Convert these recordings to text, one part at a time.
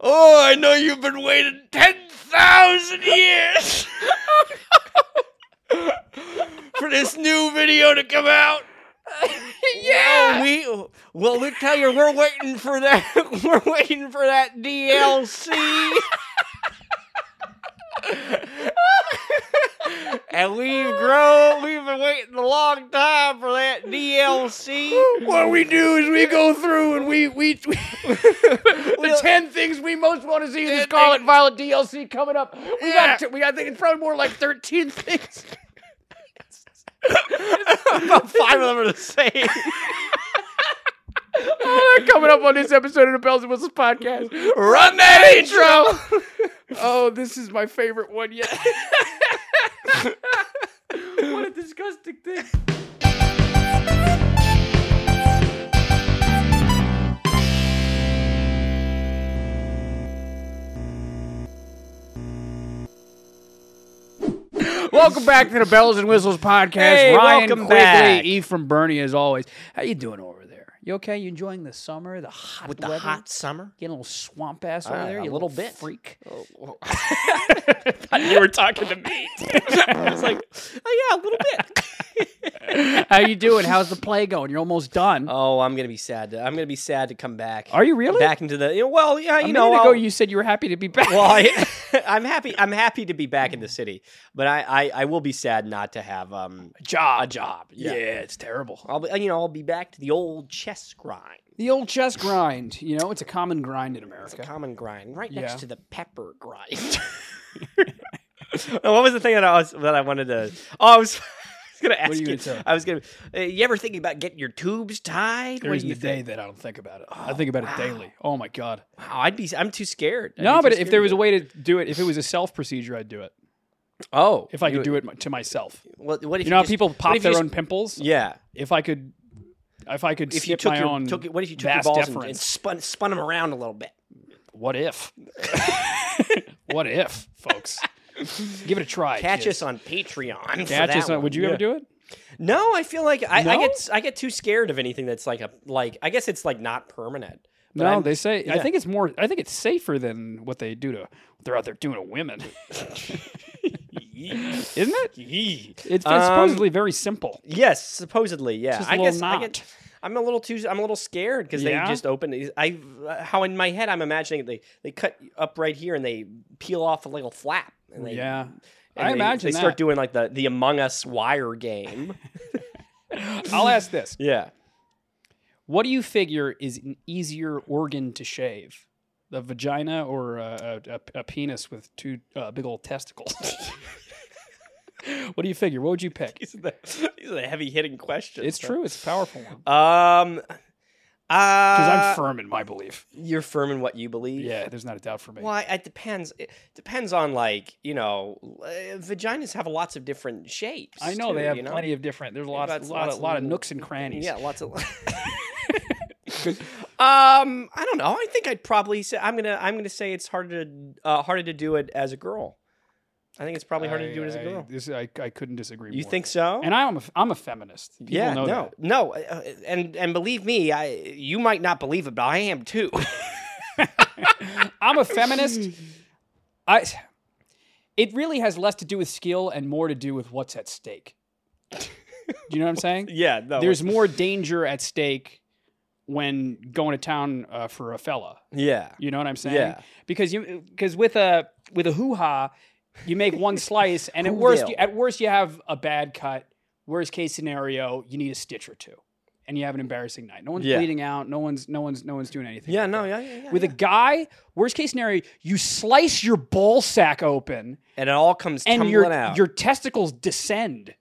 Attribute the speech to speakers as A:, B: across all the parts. A: Oh, I know you've been waiting 10,000 years
B: Oh,
A: for this new video to come out.
B: yeah.
A: Well, we well, we tell you, we're waiting for that. We're waiting for that DLC. and we've grown. We've been waiting a long time for that DLC.
B: What we do is we go through and we we, we the
A: We'll-
B: ten things we most want to see in the Scarlet Violet DLC coming up. We
A: Yeah.
B: got t- we I think it's probably more like thirteen things.
A: About five of them are the same.
B: coming up on this episode of the Bells and Whistles podcast.
A: Run that intro.
B: Intro. oh, this is my favorite one yet. what a disgusting thing. Welcome back to the Bells and Whistles podcast.
A: Hey,
B: Ryan
A: welcome
B: Quigley,
A: back.
B: Eve from Bernie, as always. How you doing over there? You okay? You enjoying the summer, the hot
A: With the
B: weather?
A: hot summer.
B: Getting a little swamp ass over
A: Ah,
B: there,
A: a
B: you
A: little bit. Oh,
B: freak.
A: you were talking to me. I was like, oh, yeah, a little bit.
B: How you doing? How's the play going? You're almost done.
A: Oh, I'm gonna be sad. To, I'm gonna be sad to come back.
B: Are you really?
A: back into the? You know, well, yeah,
B: a
A: you
B: minute
A: know.
B: ago,
A: I'll-
B: you said you were happy to be back.
A: well, I, I'm happy. I'm happy to be back in the city, but I, I, I will be sad not to have um a job. A job.
B: yeah.
A: Yeah.
B: it's terrible.
A: I'll be, you know, I'll be back to the old chess grind,
B: The old chess grind. You know, it's a common grind in
A: the
B: America.
A: common grind, right
B: Yeah.
A: next to the pepper grind. Oh, what was the thing that I was that I wanted to? Oh, I was. I was Gonna ask
B: are you
A: you.
B: gonna tell?
A: I was gonna. Uh, you ever thinking about getting your tubes tied?
B: There
A: What
B: isn't
A: do you
B: a
A: think?
B: day that I don't think about it. I think about it daily. Oh my god.
A: Wow, I'd be. I'm too scared. I'd be
B: No,
A: too
B: but
A: scared
B: if there
A: to
B: was
A: do
B: a way to do it, if it was a self procedure, I'd do it.
A: it. oh,
B: If I could do it my- to myself.
A: what, what if
B: You know how
A: just-
B: people
A: what
B: pop
A: if you
B: their
A: just-
B: own pimples?
A: Yeah,
B: If I could, if I could
A: if you
B: skip
A: took
B: my
A: your
B: own.
A: took it, what if you took your
B: vast
A: balls and, and
B: deference.
A: spun spun them around a little bit?
B: What if? what if, folks? Give it a try.
A: Catch
B: kids.
A: us on Patreon. for
B: Catch
A: that
B: us on.
A: one.
B: Would you ever
A: Yeah.
B: do it?
A: No, I feel like I, I
B: No?
A: get s- I get too scared of anything that's like a like. I guess it's like not permanent. But
B: No,
A: I'm-
B: they say. I
A: yeah.
B: think it's more. I think it's safer than what they do to. what They're out there doing to women, isn't it? It's, it's
A: Um,
B: supposedly very simple.
A: Yes, supposedly. Yeah,
B: Just a
A: I
B: little
A: guess I get.
B: knot.
A: I'm a little too. I'm a little scared because
B: Yeah?
A: they just open. these- I how in my head I'm imagining they they cut up right here and they peel off a little flap. And they,
B: yeah,
A: and
B: I
A: they-
B: imagine
A: they start
B: that.
A: doing like the the Among Us wire game.
B: I'll ask this:
A: yeah.
B: What do you figure is an easier organ to shave? A vagina or a, a, a- a penis with two uh, big old testicles? what do you figure? What would you pick?
A: These are the, these are the heavy hitting questions.
B: It's true. It's a powerful one.
A: Um, uh,
B: Because I'm firm in my belief.
A: you're firm in what you believe.
B: Yeah, there's not a doubt for me.
A: Well, I- it depends. It depends on like you know, uh, vaginas have lots of different shapes.
B: I know they
A: too,
B: have
A: you know?
B: plenty of different. There's a lot,
A: Lots-
B: of, lot,
A: lots
B: of,
A: of
B: lot of
A: little-
B: nooks and crannies.
A: Yeah, lots of. um, I don't know. I think I'd probably say I'm gonna I'm gonna say it's harder to uh, harder to do it as a girl. I think it's probably harder to do it as a
B: I-
A: girl.
B: this- I, I couldn't disagree.
A: you
B: more.
A: think so?
B: And I'm a, f- I'm a feminist. People
A: yeah,
B: know
A: no, no, uh, and and believe me, I you might not believe it, but I am too.
B: that. I'm a feminist. I. It really has less to do with skill and more to do with what's at stake. Do you know what I'm saying?
A: yeah, no,
B: There's more danger at stake when going to town uh, for a fella.
A: yeah,
B: You know what I'm saying?
A: Yeah.
B: Because you because with a with a hoo ha, you make one slice, and at worst,
A: Whoville.
B: you, at worst, you have a bad cut. Worst case scenario, you need a stitch or two, and you have an embarrassing night. No one's
A: Yeah.
B: bleeding out. No one's no one's no one's doing anything.
A: yeah,
B: like
A: no,
B: that.
A: yeah, yeah, yeah,
B: With a guy, worst case scenario, you slice your ball sack open,
A: and it all comes
B: and
A: tumbling
B: your
A: out.
B: your testicles descend.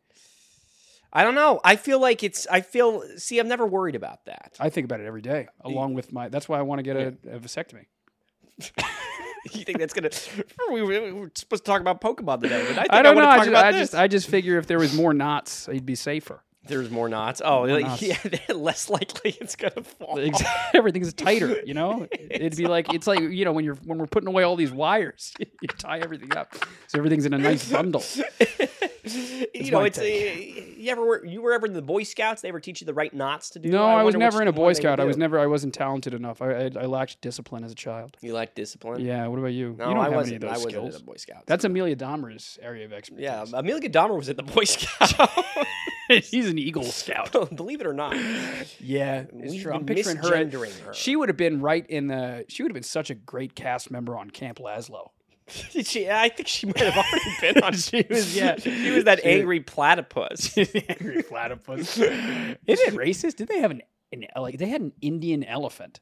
A: I don't know. I feel like it's. I feel. See, I'm never worried about that.
B: I think about it every day, along with my. That's why I want to get a, a vasectomy.
A: you think that's gonna? We were, we were supposed to talk about Pokemon today, but I think I,
B: I don't
A: want
B: know.
A: to
B: I
A: talk
B: just,
A: about
B: I
A: this.
B: just I just figure if there was more knots, I'd be safer.
A: There's more knots. Oh, like,
B: knots.
A: yeah, they're less likely it's gonna fall.
B: Ex- everything's tighter you know it'd be like it's like you know when you're when we're putting away all these wires you tie everything up so everything's in a nice bundle
A: you know,
B: my
A: it's uh, you ever were you were ever in the Boy Scouts? They ever teach you the right knots to do?
B: No, I, was
A: wonder which
B: never in a
A: one
B: Boy
A: they
B: Scout. I
A: do.
B: was never. I wasn't talented enough. I, I, I lacked discipline as a child.
A: You lack discipline?
B: Yeah. What about you?
A: No,
B: you don't
A: I
B: have
A: wasn't.
B: any
A: I
B: of those
A: wasn't
B: skills.
A: in a Boy Scout.
B: That's Amelia Dahmer's area of expertise.
A: yeah. Amelia Dahmer was in the Boy Scout.
B: she's an Eagle Scout.
A: Believe it or not,
B: Yeah, it's
A: We've
B: true. I'm
A: been
B: picturing her, at-
A: misgendering her.
B: She would have been right in the. She would have been such a great cast member on Camp Laszlo.
A: she, I think she might have already been on.
B: She was- yeah.
A: she was that
B: She-
A: angry platypus.
B: Angry platypus. Isn't it racist? Did they have an, an like they had an Indian elephant?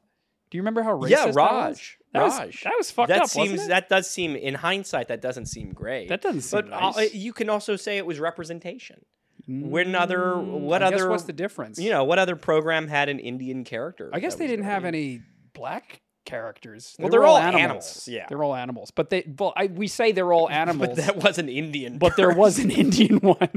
B: Do you remember how racist?
A: Yeah,
B: that was?
A: Raj.
B: That was,
A: Raj.
B: That was fucked
A: that
B: up.
A: seems
B: wasn't it?
A: that does seem in hindsight that doesn't seem great.
B: That doesn't seem
A: but uh,
B: nice. Mm,
A: you can also say it was representation. When other what
B: I guess
A: other
B: what's the difference?
A: you know what other program had an Indian character?
B: I guess
A: that
B: they
A: was
B: didn't have
A: very-
B: any black characters.
A: Well,
B: They were
A: they're all animals, yeah.
B: they're all animals. But they, well, I, we say they're all animals.
A: But that was an Indian.
B: but there was an Indian one.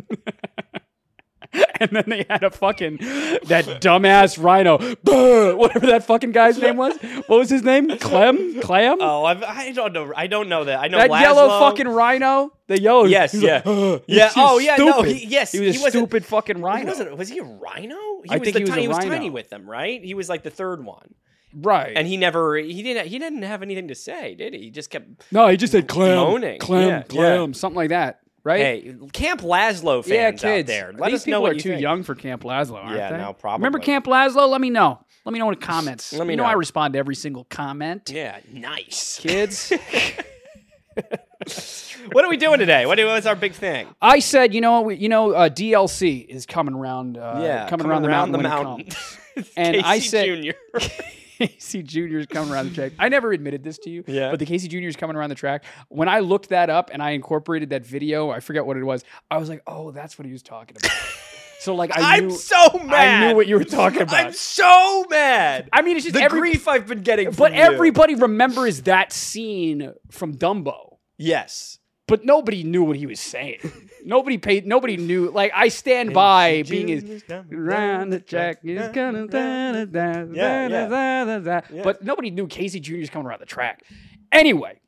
B: and then they had a fucking that dumbass rhino, Brr, whatever that fucking guy's name was. What was his name? Clem? Clam?
A: oh, I've, I don't know. I don't know that. I know
B: that
A: Laszlo-
B: yellow fucking rhino. The yellow.
A: Yes,
B: he's like,
A: yeah.
B: "Ugh."
A: Yeah,
B: He's
A: oh, yeah, no,
B: stupid.
A: he- yes,
B: He was
A: he
B: a
A: wasn't-
B: stupid fucking
A: He
B: rhino.
A: wasn't, was he a rhino? He
B: I
A: was
B: think
A: the
B: he was a
A: tiny,
B: rhino.
A: tiny with them, right? He was like the third one,
B: Right.
A: and he never he didn't he didn't have anything to say, did he? He just kept
B: no, he just said Clem.
A: Moaning.
B: Clem,
A: Yeah,
B: Clem, something like that. Right?
A: hey Camp Laszlo fans
B: yeah, kids.
A: out there. Let
B: These
A: us know
B: people
A: what
B: are
A: you
B: too
A: think.
B: young for Camp Laszlo, aren't
A: Yeah,
B: they?
A: no,
B: Remember
A: probably.
B: Camp Laszlo? Let me know. Let me know in the comments.
A: Let me
B: you know, I
A: know.
B: respond to every single comment.
A: Yeah, nice.
B: Kids.
A: what are we doing today? What was our big thing?
B: I said, you know, we, you know, uh, DLC is coming around, uh, coming, around, the mountain. when it And I
A: Casey
B: said-
A: Junior.
B: comes. Casey Jr. is coming around the track. I never admitted this to you,
A: Yeah.
B: but the Casey Jr. is coming around the track. When I looked that up and I incorporated that video, I forget what it was. I was like, oh, that's what he was talking about. so like, I
A: I'm
B: knew,
A: so mad.
B: I knew what you were talking about.
A: I'm so mad.
B: I mean, it's just
A: the
B: every,
A: grief I've been getting.
B: but
A: from you.
B: everybody remembers that scene from Dumbo.
A: yes.
B: But nobody knew what he was saying. nobody paid. Nobody knew. Like I stand by being his. Round the track is gonna da, da, da,
A: Yeah,
B: da,
A: yeah.
B: da, da, da.
A: Yeah.
B: But nobody knew Casey Jr. is coming around the track. Anyway,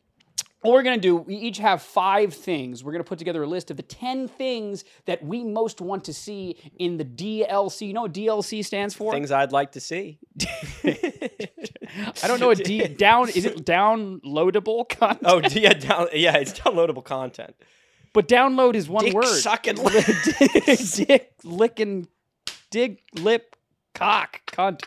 B: what we're gonna do, we each have five things. We're gonna put together a list of the ten things that we most want to see in the DLC. You know what DLC stands for?
A: things I'd like to see.
B: I don't know what D down is it downloadable content?
A: Oh yeah, down, yeah, it's downloadable content.
B: But download is one
A: Dick
B: word.
A: sucking.
B: dick licking dig lip cock cunt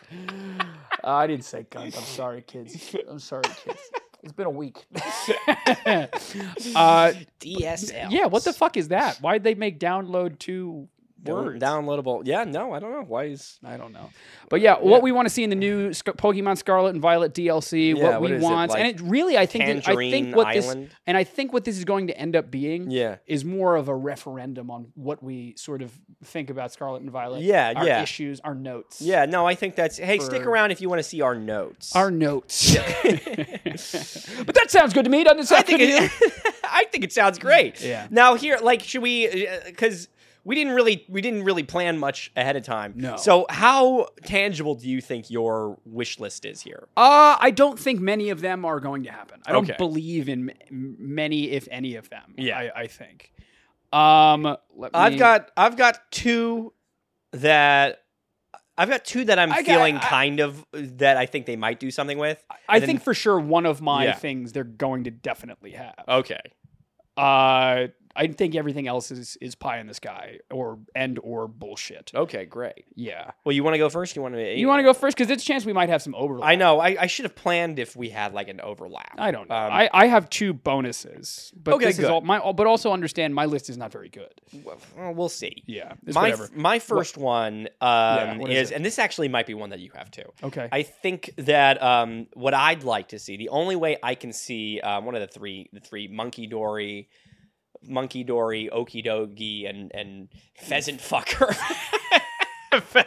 B: Uh, i didn't say cunt i'm sorry kids i'm sorry kids it's been a week uh,
A: DSL.
B: yeah what the fuck is that why'd they make download two
A: Down-
B: words
A: Downloadable. Yeah, no, I don't know. Why is
B: I don't know, but Uh, yeah, what we want to see in the new Sc- Pokemon Scarlet and Violet DLC,
A: Yeah,
B: what
A: what
B: we
A: is it,
B: want,
A: like
B: and it really, I think, that, I
A: Tangerine
B: think what this,
A: Island?
B: and I think what this is going to end up being,
A: Yeah.
B: is more of a referendum on what we sort of think about Scarlet and Violet.
A: Yeah,
B: our
A: yeah.
B: issues, our notes.
A: Yeah, no, I think that's. Hey, stick
B: For-
A: around if you want to see our notes.
B: Our notes. but that sounds good to me, doesn't it?
A: I
B: sound
A: think
B: good to
A: it, I think it sounds great.
B: Yeah.
A: Now here, like, should we? Because we didn't really we didn't really plan much ahead of time.
B: No.
A: So how tangible do you think your wish list is here?
B: you? Uh, I don't think many of them are going to happen. I don't
A: Okay.
B: believe in m- many, if any of them.
A: Yeah.
B: I, I think. Um, let
A: I've
B: me-
A: got I've got two that. I've got two that I'm
B: I got-
A: feeling
B: I-
A: kind of that I think they might do something with.
B: I
A: and then-
B: think for sure one of my
A: Yeah.
B: things they're going to definitely have.
A: Okay. Oh.
B: Uh, I think everything else is is pie in the sky or and or bullshit.
A: Okay, great.
B: Yeah.
A: Well, you want to go first? You want to?
B: You want to go first because it's a chance we might have some overlap.
A: I know. I, I should have planned if we had like an overlap.
B: I don't know.
A: Um,
B: I, I have two bonuses, but
A: Okay,
B: this is
A: good.
B: all my. But also understand my list is not very good.
A: well, we'll see.
B: Yeah, it's
A: my,
B: whatever.
A: f- my first one um,
B: what is
A: is,
B: it?
A: and this actually might be one that you have too.
B: Okay.
A: I think that um, what I'd like to see, the only way I can see uh, one of the three, the three Monkey Dory, Monkey Dory, Okie Dokie, and and Pheasant Fucker.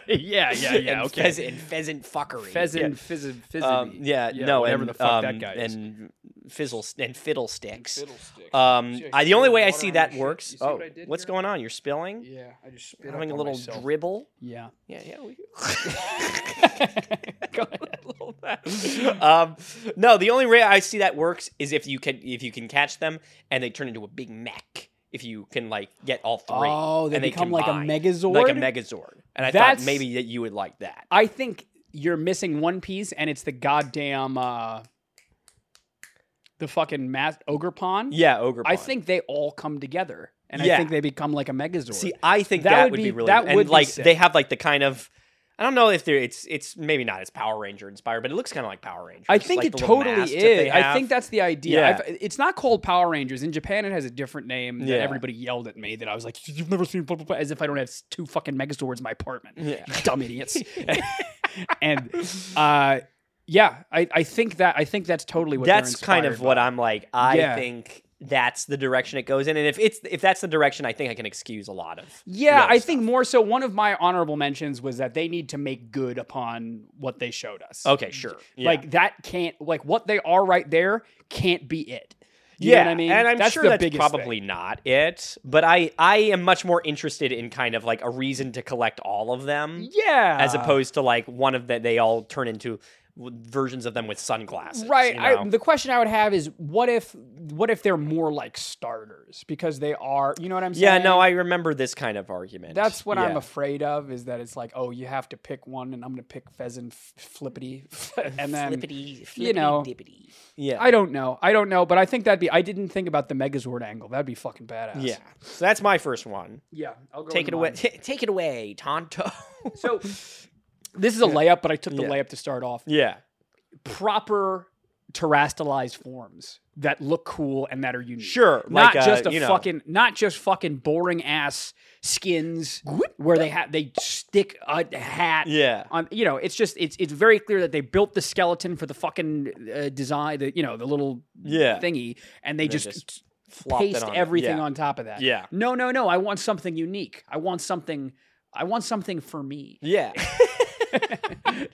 B: yeah, yeah,
A: And Pheasant, and pheasant Fuckery.
B: Pheasant, fizz, fizz,
A: Yeah. Um, yeah, no,
B: whatever
A: and,
B: the fuck
A: um,
B: that guy is.
A: and fizzle and fiddlesticks.
B: Fiddlesticks.
A: Um,
B: See, I
A: I, the
B: spilled
A: only way I
B: water
A: see
B: on
A: that
B: my shit.
A: works.
B: You see
A: Oh,
B: what I did
A: what's
B: here?
A: going on? You're spilling,
B: yeah, I just spit
A: having
B: up
A: a
B: on
A: little
B: myself.
A: dribble.
B: Yeah.
A: Yeah, yeah. We,
B: Go ahead.
A: um, no, the only way I see that works is if you can if you can catch them and they turn into a Big Mac if you can like get all three.
B: Oh, they
A: and
B: become like a
A: combine,
B: Megazord.
A: like a Megazord. And I
B: That's-
A: thought maybe that you would like that.
B: I think you're missing one piece, and it's the goddamn uh, the fucking mass ogre pawn.
A: Yeah, Ogre.
B: I
A: Pond.
B: think they all come together, and I
A: Yeah.
B: think they become like a Megazord.
A: See, I think
B: That
A: that,
B: would
A: would be,
B: be-
A: really
B: that
A: and
B: would be
A: like
B: sick.
A: they have like the kind of I don't know if they're it's it's maybe not as Power Ranger inspired, but it looks kind of like Power Ranger.
B: I think
A: like
B: it
A: the little
B: totally
A: mask that they
B: is. I
A: have.
B: think that's the idea.
A: Yeah.
B: I've, it's not called Power Rangers. In Japan, it has a different name that
A: Yeah.
B: everybody yelled at me that I was like, you've never seen blah, blah, blah," as if I don't have s- two fucking Megazords in my apartment.
A: Yeah.
B: You Dumb idiots. and uh, yeah, I, I think that I think that's totally what they're
A: that's kind of
B: inspired
A: what
B: by.
A: I'm like. I
B: Yeah.
A: think that's the direction it goes in, and if it's if that's the direction, I think I can excuse a lot of.
B: Yeah,
A: the
B: I
A: other
B: think more so. One of my honorable mentions was that they need to make good upon what they showed us.
A: stuff. Okay, sure. Yeah.
B: Like that can't like what they are right there can't be it. You know
A: yeah,
B: what I mean,
A: and I'm
B: that's
A: sure
B: the
A: that's
B: biggest thing.
A: probably not it, but I I am much more interested in kind of like a reason to collect all of them.
B: Yeah.
A: as opposed to like one of that they all turn into w- versions of them with sunglasses.
B: right.
A: you
B: I,
A: know?
B: the question I would have is what if what if they're more like starters because they are, you know what I'm saying?
A: yeah. No, I remember this kind of argument.
B: That's what I'm
A: Yeah.
B: afraid of is that it's like, oh, you have to pick one and I'm going to pick Pheasant f- Flippity and then
A: Flippity,
B: you know,
A: flippity-dippity. Yeah.
B: I don't know. I don't know, but I think that'd be I didn't think about the Megazord angle. That'd be fucking badass.
A: yeah. So that's my first one.
B: Yeah. I'll go
A: Take it
B: with
A: away.
B: mine.
A: take it away, Tonto.
B: So this is a layup, but I took the
A: Yeah.
B: layup to start off.
A: yeah.
B: Proper terastalized forms that look cool and that are unique.
A: Sure.
B: not
A: like, uh,
B: just a
A: you know,
B: fucking not just fucking boring ass skins where they have they stick a hat
A: Yeah.
B: on you know it's just it's it's very clear that they built the skeleton for the fucking uh, design the you know the little
A: Yeah.
B: thingy and they
A: They
B: just,
A: just Flopped it
B: paste
A: on it.
B: everything
A: Yeah.
B: on top of that
A: Yeah.
B: no no no I want something unique I want something I want something for me
A: Yeah.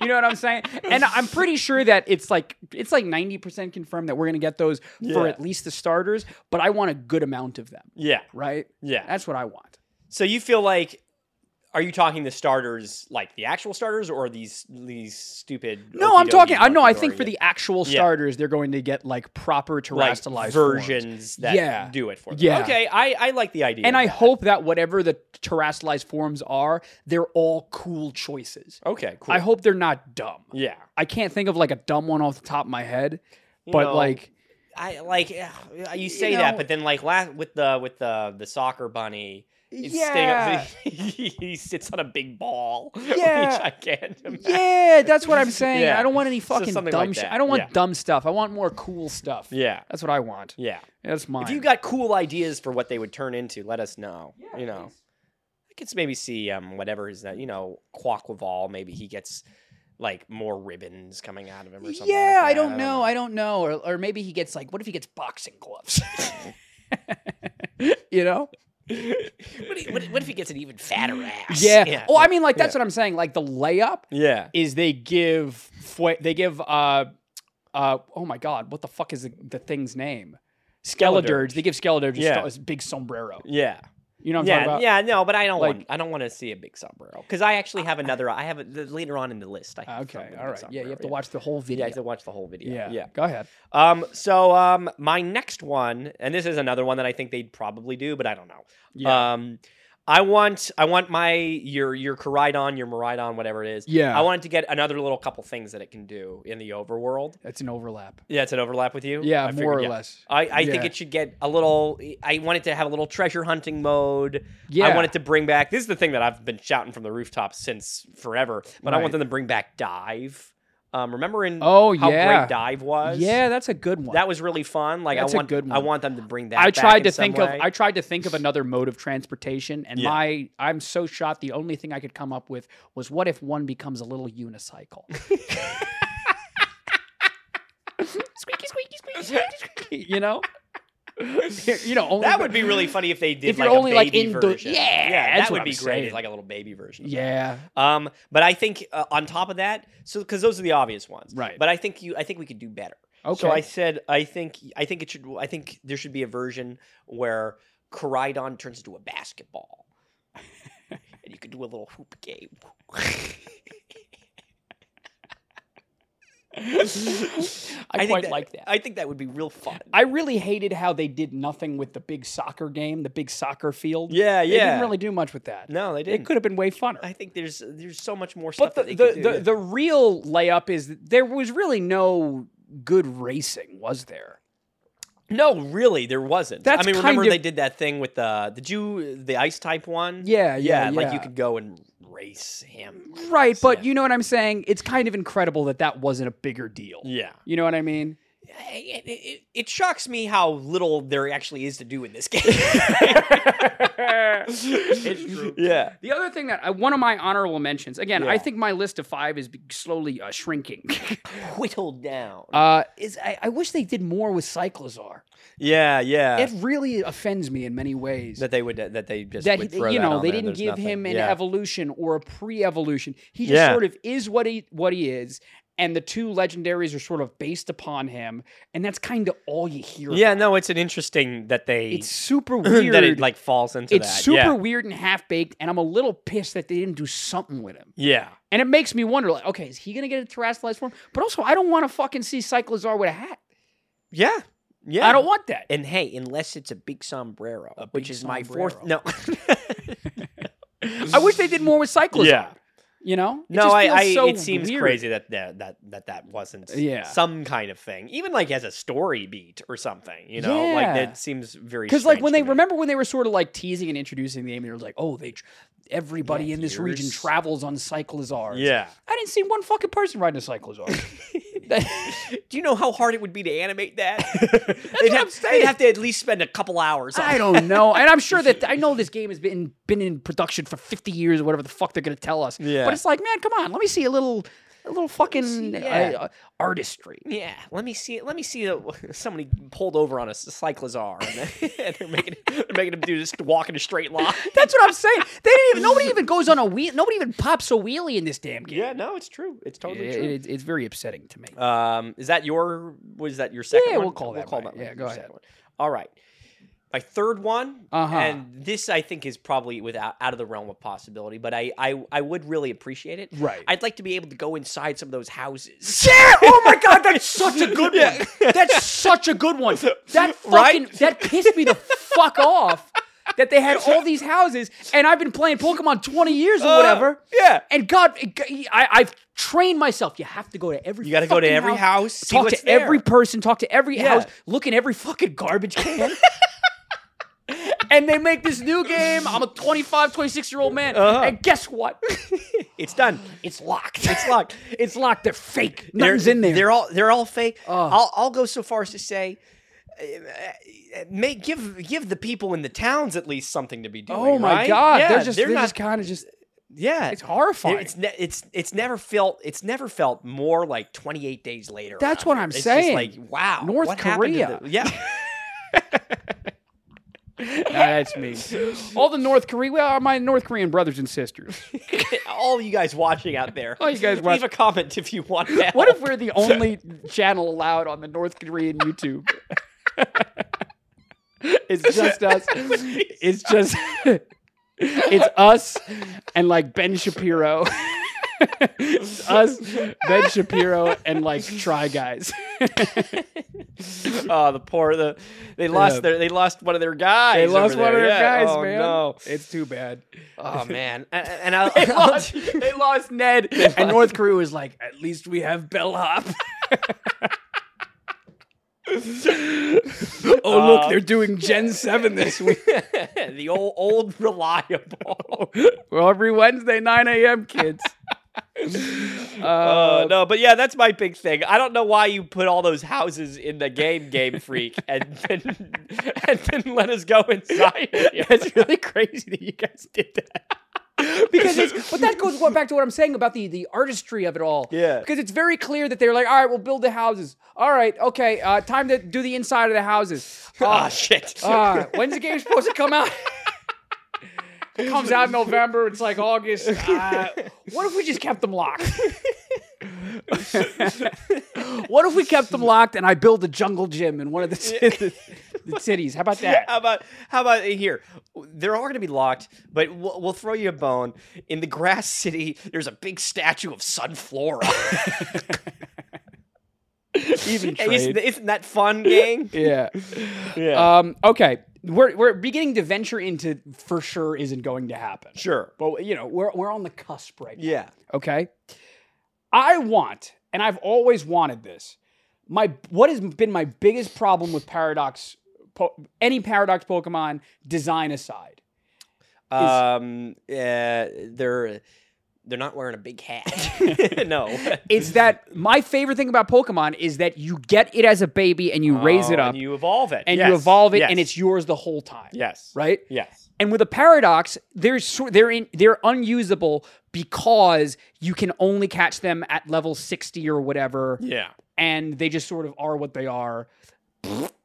B: you know what I'm saying? And I'm pretty sure that it's like it's like 90% confirmed that we're gonna get those for
A: Yeah.
B: at least the starters, but I want a good amount of them,
A: Yeah.
B: right?
A: Yeah.
B: That's what I want.
A: So you feel like are you talking the starters like the actual starters or these these stupid
B: No, I'm
A: okey-dokey
B: talking. I no, I think
A: monkey-dory
B: for the actual
A: Yeah.
B: starters, they're going to get like proper
A: like
B: terastalized forms.
A: versions that
B: Yeah.
A: do it for them.
B: Yeah.
A: Okay, I, I like the idea.
B: And
A: of
B: I
A: that.
B: hope that whatever the terastalized forms are, they're all cool choices.
A: Okay, cool.
B: I hope they're not dumb.
A: yeah.
B: I can't think of like a dumb one off the top of my head,
A: You
B: but
A: know,
B: like
A: I like ugh, you say
B: you know-
A: that, but then like last with the with the the soccer bunny. It's
B: yeah,
A: Staying up, he sits on a big ball.
B: Yeah.
A: Which I can't imagine.
B: yeah, that's what I'm saying.
A: Yeah.
B: I don't want any
A: So
B: fucking
A: something
B: dumb
A: like
B: shit.
A: that.
B: I don't want
A: Yeah.
B: dumb stuff. I want more cool stuff.
A: Yeah.
B: That's what I want.
A: Yeah.
B: That's mine.
A: If you got cool ideas for what they would turn into, let us know. you know. I could maybe see um whatever is that you know Quaquival maybe he gets like more ribbons coming out of him or something.
B: Yeah,
A: like
B: I
A: that.
B: don't know. I don't know. Or, or maybe he gets like, what if he gets boxing gloves? you know?
A: what, if, what, if- what if he gets an even fatter ass?
B: Yeah. Oh, I mean, like
A: Yeah.
B: that's what I'm saying. Like the layup
A: yeah.
B: is they give Fue- they give uh uh oh my god, what the fuck is the, the thing's name? Skeledurge. They give Skeledurge
A: Yeah.
B: a st- big sombrero.
A: Yeah.
B: You know what I'm talking
A: Yeah.
B: about?
A: Yeah. No, but I don't
B: Like-
A: want. I don't want to see a big sombrero because I actually have another. I have a, the- later on in the list. I
B: Ah,
A: have
B: Okay,
A: something
B: all
A: with
B: right. Yeah, you
A: sombrero,
B: have to watch the whole
A: Yeah,
B: video.
A: I have to watch the whole video.
B: Yeah.
A: Yeah.
B: Go ahead.
A: Um. So, um, my next one, and this is another one that I think they'd probably do, but I don't know.
B: Yeah.
A: Um, I want I want my your your Caridon, your Maridon, whatever it is.
B: Yeah.
A: I wanted to get another little couple things that it can do in the overworld.
B: That's an overlap.
A: Yeah, it's an overlap with you.
B: Yeah,
A: I
B: more
A: figured-
B: or
A: yeah.
B: less.
A: I, I
B: Yeah.
A: think it should get a little. I want it to have a little treasure hunting mode.
B: Yeah.
A: I want it to bring back. This is the thing that I've been shouting from the rooftops since forever. But I
B: Right.
A: want them to bring back dive. Um, remember in
B: Oh,
A: how
B: yeah.
A: great dive was.
B: Yeah, that's a good one.
A: that was really fun. Like
B: That's a
A: I want
B: good
A: I
B: one.
A: want them to bring that.
B: I
A: back
B: tried
A: in
B: to
A: some
B: think
A: way.
B: of I tried to think of another mode of transportation, and
A: Yeah.
B: my I'm so shot. The only thing I could come up with was what if one becomes a little unicycle? squeaky, squeaky, squeaky, squeaky, squeaky. You know, you know, only
A: That would be really funny if they did
B: If
A: like
B: you're only,
A: a
B: like,
A: baby
B: in the-
A: version.
B: Yeah, that's
A: that would
B: what
A: be
B: I'm
A: great.
B: saying.
A: It's like a little baby version. of that.
B: Yeah,
A: Um, but I think uh, on top of that, so because those are the obvious ones,
B: Right.
A: But I think you, I think we could do better.
B: okay.
A: So I said, I think, I think it should, I think there should be a version where Coridon turns into a basketball, and you could do a little hoop game.
B: I
A: think
B: quite like that.
A: I think that would be real fun.
B: I really hated how they did nothing with the big soccer game, the big soccer field.
A: Yeah,
B: They
A: yeah.
B: didn't really do much with that.
A: No, they
B: It
A: didn't.
B: could have been way funner.
A: I think there's there's so much more stuff
B: but the,
A: that they
B: the,
A: could do.
B: the, the real layup is that there was really no good racing, was there?
A: no, really, there wasn't. I
B: That's
A: mean,
B: kind
A: remember
B: of-
A: they did that thing with the did you the ice type one?
B: Yeah, yeah,
A: like you
B: yeah.
A: could go and race him.
B: Right, but
A: Yeah.
B: you know what I'm saying? It's kind of incredible that that wasn't a bigger deal.
A: Yeah,
B: You know what I mean?
A: it, it- it- it shocks me how little there actually is to do in this game.
B: It's true.
A: Yeah.
B: The other thing that I, one of my honorable mentions, again, I
A: Yeah.
B: think my list of five is be- slowly uh, shrinking.
A: Whittled down.
B: uh, is I, I wish they did more with Cyclozar.
A: yeah, yeah.
B: It really offends me in many ways.
A: that they would that they just
B: that
A: would
B: he,
A: throw
B: you
A: that
B: know
A: on
B: they
A: there.
B: didn't
A: There's
B: give
A: nothing.
B: him an
A: yeah.
B: evolution or a pre-evolution. He just
A: Yeah.
B: sort of is what he what he is, and the two legendaries are sort of based upon him, and that's kind of all you hear.
A: Yeah,
B: about.
A: no, it's an interesting that they
B: it's super weird.
A: that it like falls into
B: it's
A: that.
B: super
A: yeah.
B: weird and half baked, and I'm a little pissed that they didn't do something with him.
A: yeah.
B: And it makes me wonder, like, okay, is he gonna get a terrestrialized form? But also, I don't want to fucking see Cyclozar with a hat.
A: Yeah. Yeah.
B: I don't want that.
A: and hey, unless it's a big sombrero, which
B: big
A: is my fourth
B: sombrero.
A: no.
B: I wish they did more with Cyclozar.
A: Yeah.
B: You know? It
A: No,
B: just
A: I,
B: feels
A: I
B: so
A: it seems
B: weird.
A: crazy that that, that that that wasn't
B: Yeah.
A: some kind of thing. Even like as a story beat or something, you know?
B: Yeah.
A: Like that seems very
B: Because like when they
A: strange to me.
B: remember when they were sort of like teasing and introducing the game, they were like, "Oh, they tr- everybody
A: Yeah,
B: in this region
A: yours.
B: travels on cyclozars."
A: Yeah.
B: I didn't see one fucking person riding a cyclozar.
A: Do you know how hard it would be to animate that?
B: what
A: they'd,
B: I'm
A: have,
B: saying.
A: they'd have to at least spend a couple hours. on
B: I don't know, and I'm sure that I know this game has been been in production for 50 years or whatever the fuck they're gonna tell us.
A: Yeah.
B: But it's like, man, come on, let me see a little a little fucking
A: see, yeah.
B: uh, uh, artistry.
A: Yeah, let me see. Let me see that somebody pulled over on a s- cyclozar, and they- they're making they're making him do just walk in a straight line.
B: That's what I'm saying. They didn't even. Nobody even goes on a wheel. Nobody even pops a wheelie in this damn game.
A: Yeah, no, it's true. It's totally
B: It- it- it's very upsetting to me.
A: true. Um, is that your was that your second?
B: Yeah,
A: one?
B: we'll call that mine. Yeah,
A: your
B: go
A: second
B: ahead.
A: one. All right, my third one,
B: Uh-huh.
A: and this I think is probably without out of the realm of possibility, but I I, I would really appreciate it.
B: Right.
A: I'd like to be able to go inside some of those houses.
B: Yeah! Oh my god, that's such a good
A: Yeah.
B: one. That's such a good one. That
A: Right?
B: fucking that pissed me the fuck off that they had all these houses and I've been playing Pokemon 20 years or whatever.
A: Uh, yeah.
B: And God, it g- I, have trained myself. You have to go to every.
A: You got to go to
B: fucking
A: every house, see
B: talk
A: what's
B: to every
A: there.
B: person. Talk to every
A: Yeah.
B: house. Look in every fucking garbage can. and they make this new game. I'm a 25, 26 year old man,
A: Uh-huh.
B: and guess what?
A: It's done.
B: It's locked.
A: It's locked.
B: It's locked. They're fake.
A: They're-
B: Nothing's in there.
A: They're all they're all fake.
B: Ugh.
A: I'll I'll go so far as to say, uh, uh, make give give the people in the towns at least something to be doing.
B: Oh my
A: right?
B: god,
A: Yeah,
B: they're just they're,
A: not.
B: just kind of just
A: yeah,
B: it's horrifying.
A: It's ne- it's it's never felt it's never felt more like 28 days later.
B: That's
A: around
B: what
A: here.
B: I'm
A: It's just
B: saying.
A: like wow,
B: North
A: what happened to
B: Korea.
A: the- yeah,
B: that's me. All the North Korea, well, my North Korean brothers and sisters.
A: all you guys watching out there.
B: All you guys
A: leave
B: watch-
A: a comment if you want. To
B: Oh, What if we're the only channel allowed on the North Korean YouTube? it's just us. It's just it's us and like Ben Shapiro. it's us, Ben Shapiro, and like Try Guys.
A: oh, the poor the they lost
B: Yeah.
A: their they lost one of their guys.
B: They
A: over
B: lost one of
A: there.
B: their
A: Yeah.
B: guys,
A: Oh,
B: man.
A: No.
B: It's too bad.
A: Oh man, and, and I,
B: they lost, they lost Ned, and North Korea was like, at least we have bellhop. oh
A: Uh,
B: look, they're doing Gen Seven this week.
A: the old old reliable.
B: Well, every Wednesday, 9 a.m. Kids.
A: Uh,
B: Uh,
A: no, but yeah, that's my big thing. I don't know why you put all those houses in the game, Game Freak, and then and then let us go inside.
B: That's really crazy that you guys did that. because it's, but that goes back to what I'm saying about the the artistry of it all.
A: Yeah.
B: Because it's very clear that they're like, all right, we'll build the houses. All right, okay, uh, time to do the inside of the houses.
A: Ah,
B: Uh,
A: shit.
B: uh, when's the game supposed to come out? It comes out in November. It's like August. Uh, what if we just kept them locked? what if we kept them locked and I build a jungle gym in one of the, ci- the cities? How about that?
A: How about how about here? They're all going to be locked, but we'll, we'll throw you a bone. In the grass city, there's a big statue of Sunflora.
B: Even
A: Isn't,
B: trade.
A: isn't that fun, gang? Uh,
B: Yeah.
A: yeah.
B: Um, okay. We're, we're beginning to venture into for sure isn't going to happen.
A: sure.
B: But, you know, we're, we're on the cusp right now.
A: Yeah.
B: Okay. I want, and I've always wanted this. My what has been my biggest problem with Paradox, po- any Paradox Pokemon design aside,
A: Um. Yeah. They're they're not wearing a big hat. no.
B: it's that my favorite thing about Pokemon is that you get it as a baby and you raise it
A: Oh,
B: up
A: And you evolve it.
B: and
A: Yes,
B: you evolve it
A: yes,
B: and it's yours the whole time.
A: yes.
B: Right.
A: Yes.
B: And with a paradox, they're sor- they're in, they're unusable because you can only catch them at level sixty or whatever,
A: Yeah.
B: and they just sort of are what they are.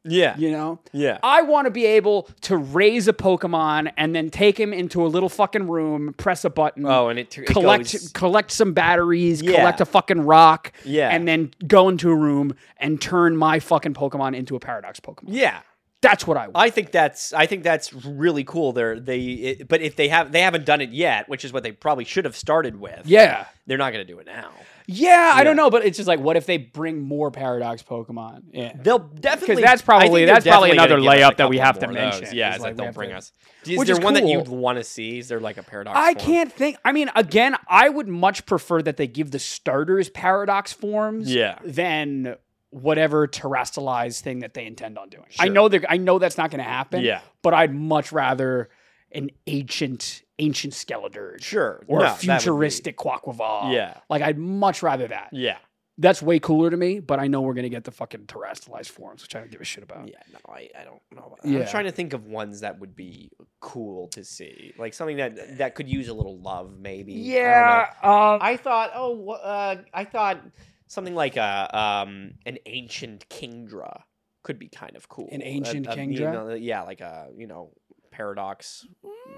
A: Yeah.
B: You know.
A: Yeah.
B: I want to be able to raise a Pokemon and then take him into a little fucking room, press a button,
A: Oh, and it, t- it
B: collect
A: goes-
B: collect some batteries,
A: Yeah.
B: collect a fucking rock,
A: Yeah.
B: and then go into a room and turn my fucking Pokemon into a Paradox Pokemon.
A: yeah.
B: That's what I want.
A: I think that's I think that's really cool. They're they it, but if they have they haven't done it yet, which is what they probably should have started with.
B: yeah.
A: They're not going to do it now.
B: Yeah, I don't know, but it's just like, what if they bring more Paradox Pokemon? Yeah.
A: They'll definitely
B: 'Cause that's
A: I
B: probably-
A: think they're
B: that's probably
A: definitely
B: another
A: gonna give us
B: layup
A: a
B: that we
A: couple
B: have to
A: more of those.
B: mention,
A: Yeah,
B: is
A: it's
B: like
A: like
B: we
A: they'll
B: have
A: bring
B: to-
A: us. Is
B: Which
A: there
B: is
A: one that
B: cool.
A: you'd want to see? Is there like a paradox?
B: I
A: form?
B: can't think. I mean, again, I would much prefer that they give the starters paradox forms
A: Yeah.
B: than whatever terrestrialized thing that they intend on doing. I
A: Sure.
B: know that I know that's not going to happen.
A: Yeah.
B: but I'd much rather an ancient ancient Skeledirge
A: Sure. No,
B: or a
A: that would be-
B: futuristic Quaquaval.
A: Yeah.
B: like I'd much rather that.
A: Yeah.
B: That's way cooler to me. But I know we're going to get the fucking terrestrialized forms, which I don't give a shit about.
A: Oh, Yeah, no, I, I don't know.
B: Yeah.
A: I'm trying to think of ones that would be cool to see, like something that that could use a little love, maybe. I don't know.
B: Yeah, um,
A: I thought, oh, wh- uh, I thought something like a um, an ancient Kingdra could be kind of cool.
B: An ancient
A: a, you
B: Kingdra?
A: know, yeah, like a you know paradox,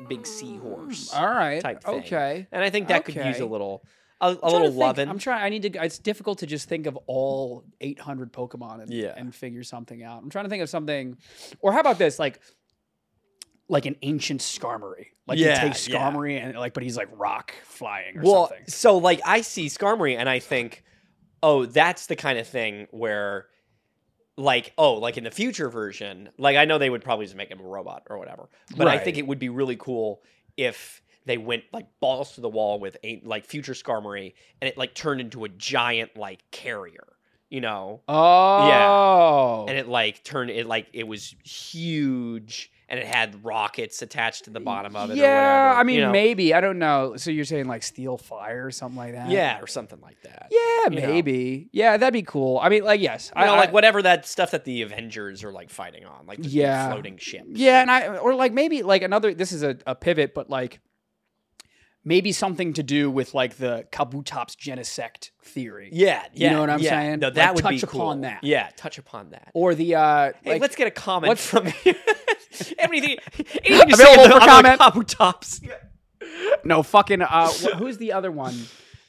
A: big seahorse.
B: All right.
A: type thing.
B: Okay.
A: and I think that could use
B: Mm, okay.
A: a little a, a
B: I'm trying to
A: little
B: think.
A: loving.
B: I'm trying. I need to. It's difficult to just think of all 800 Pokemon and,
A: Yeah.
B: and figure something out. I'm trying to think of something, or how about this? Like, like an ancient Skarmory. Like you
A: Yeah,
B: take
A: yeah.
B: Skarmory and like, but he's like rock flying or
A: well,
B: something.
A: so like I see Skarmory and I think, oh, that's the kind of thing where. Like oh, like in the future version, like I know they would probably just make him a robot or whatever, but I
B: Right.
A: think it would be really cool if they went like balls to the wall with a, like future Skarmory and it like turned into a giant like carrier, you know,
B: Oh,
A: and it like turned it like it was huge and it had rockets attached to the bottom of it.
B: Yeah,
A: or whatever,
B: I mean
A: you know?
B: maybe I don't know. So you're saying like Steel Fire or something like that?
A: yeah, or something like that.
B: Yeah,
A: You know.
B: maybe. Yeah, that'd be cool. I mean, like, yes,
A: You know,
B: I
A: like whatever that stuff that the Avengers are like fighting on, like the big
B: Yeah.
A: floating ships.
B: Yeah, and I or like maybe like another this is a, a pivot, but like maybe something to do with like the Kabutops Genesect theory.
A: yeah,
B: You
A: yeah.
B: know what I'm
A: yeah.
B: saying?
A: No,
B: Like,
A: that would be
B: touch upon
A: cool.
B: that.
A: Yeah, touch upon that.
B: Or the uh
A: Hey,
B: like
A: let's get a comment
B: what's-
A: from you. Everything anything you say
B: Available
A: on the-
B: for
A: on
B: comment.
A: The Kabu tops.
B: no fucking uh wh- who's the other one?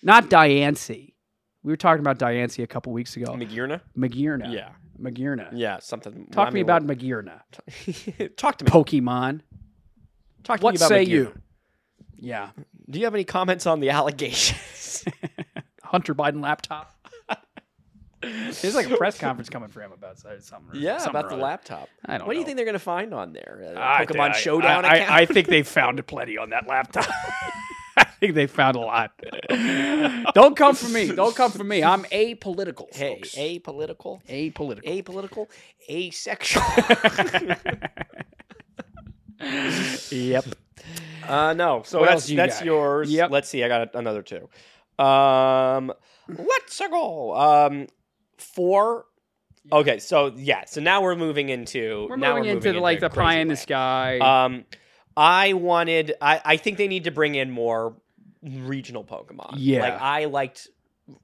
B: Not Diancie. We were talking about Diancie a couple weeks ago.
A: Magirna?
B: Magirna.
A: Yeah.
B: Magirna.
A: Yeah, something.
B: Talk
A: I
B: to me
A: mean,
B: about Magirna.
A: what- talk to me.
B: Pokemon.
A: Talk to
B: What
A: me about
B: say
A: Magirna.
B: you? Yeah.
A: Do you have any comments on the allegations?
B: Hunter Biden laptop. There's like a press conference coming for him about uh, something.
A: yeah,
B: something
A: about
B: or
A: the
B: other.
A: laptop.
B: I don't
A: What do you
B: know.
A: think they're going to find on there? A
B: I-
A: Pokemon
B: I-
A: Showdown
B: I, I-
A: account?
B: I think they found plenty on that laptop. I think they found a lot. Don't come for me. Don't come for me. I'm apolitical.
A: hey,
B: folks.
A: apolitical,
B: apolitical.
A: apolitical, asexual.
B: yep.
A: uh, no. So
B: What else
A: that's,
B: you
A: that's
B: got?
A: yours.
B: Yep.
A: Let's see. I got another two. Um, let's go. Um, four. Okay, so yeah, so now we're moving into
B: We're
A: now
B: moving
A: we're
B: into Uh,
A: moving
B: like the
A: crazy
B: pie in the
A: land.
B: sky.
A: Um, I wanted. I, I think they need to bring in more regional Pokemon.
B: Yeah.
A: like I liked.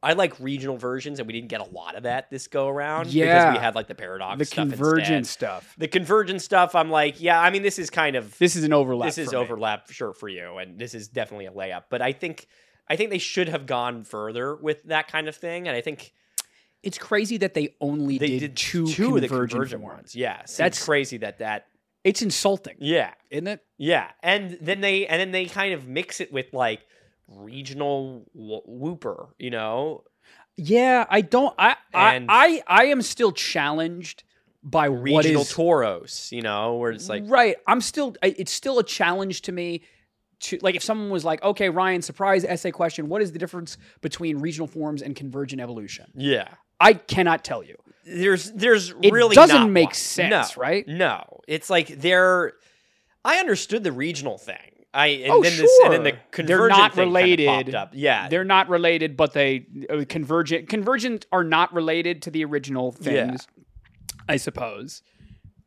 A: I like regional versions, and we didn't get a lot of that this go around.
B: Yeah.
A: because we had like the paradox,
B: the
A: stuff
B: convergence
A: instead.
B: stuff.
A: the convergence stuff. I'm like, yeah. I mean, this is kind of
B: This is an overlap.
A: this is
B: for me.
A: overlap sure for you and this is definitely a layup but i think i think they should have gone further with that kind of thing and i think
B: It's crazy that they only
A: they
B: did,
A: did,
B: two,
A: two of the convergent
B: convergent
A: ones yeah seems
B: That's-
A: crazy that that
B: It's insulting,
A: yeah
B: isn't it?
A: yeah and then they and then they kind of mix it with like regional wo- whooper you know
B: Yeah, I don't. I I,
A: And-
B: I I am still challenged by what
A: Regional
B: is
A: toros, you know, where it's like
B: right. I'm still. I- It's still a challenge to me. To like, if someone was like, "Okay, Ryan, surprise essay question: What is the difference between regional forms and convergent evolution?"
A: yeah.
B: I cannot tell you.
A: There's there's
B: It
A: really
B: doesn't
A: not
B: make
A: one.
B: sense,
A: No.
B: right?
A: No, it's like they're. I understood the regional thing. I and
B: Oh,
A: then this and then the
B: sure. They're
A: convergent
B: not
A: thing kinda
B: related.
A: popped up. Yeah,
B: They're not related, but they uh, convergent. Convergent are not related to the original
A: Yeah.
B: things, I suppose.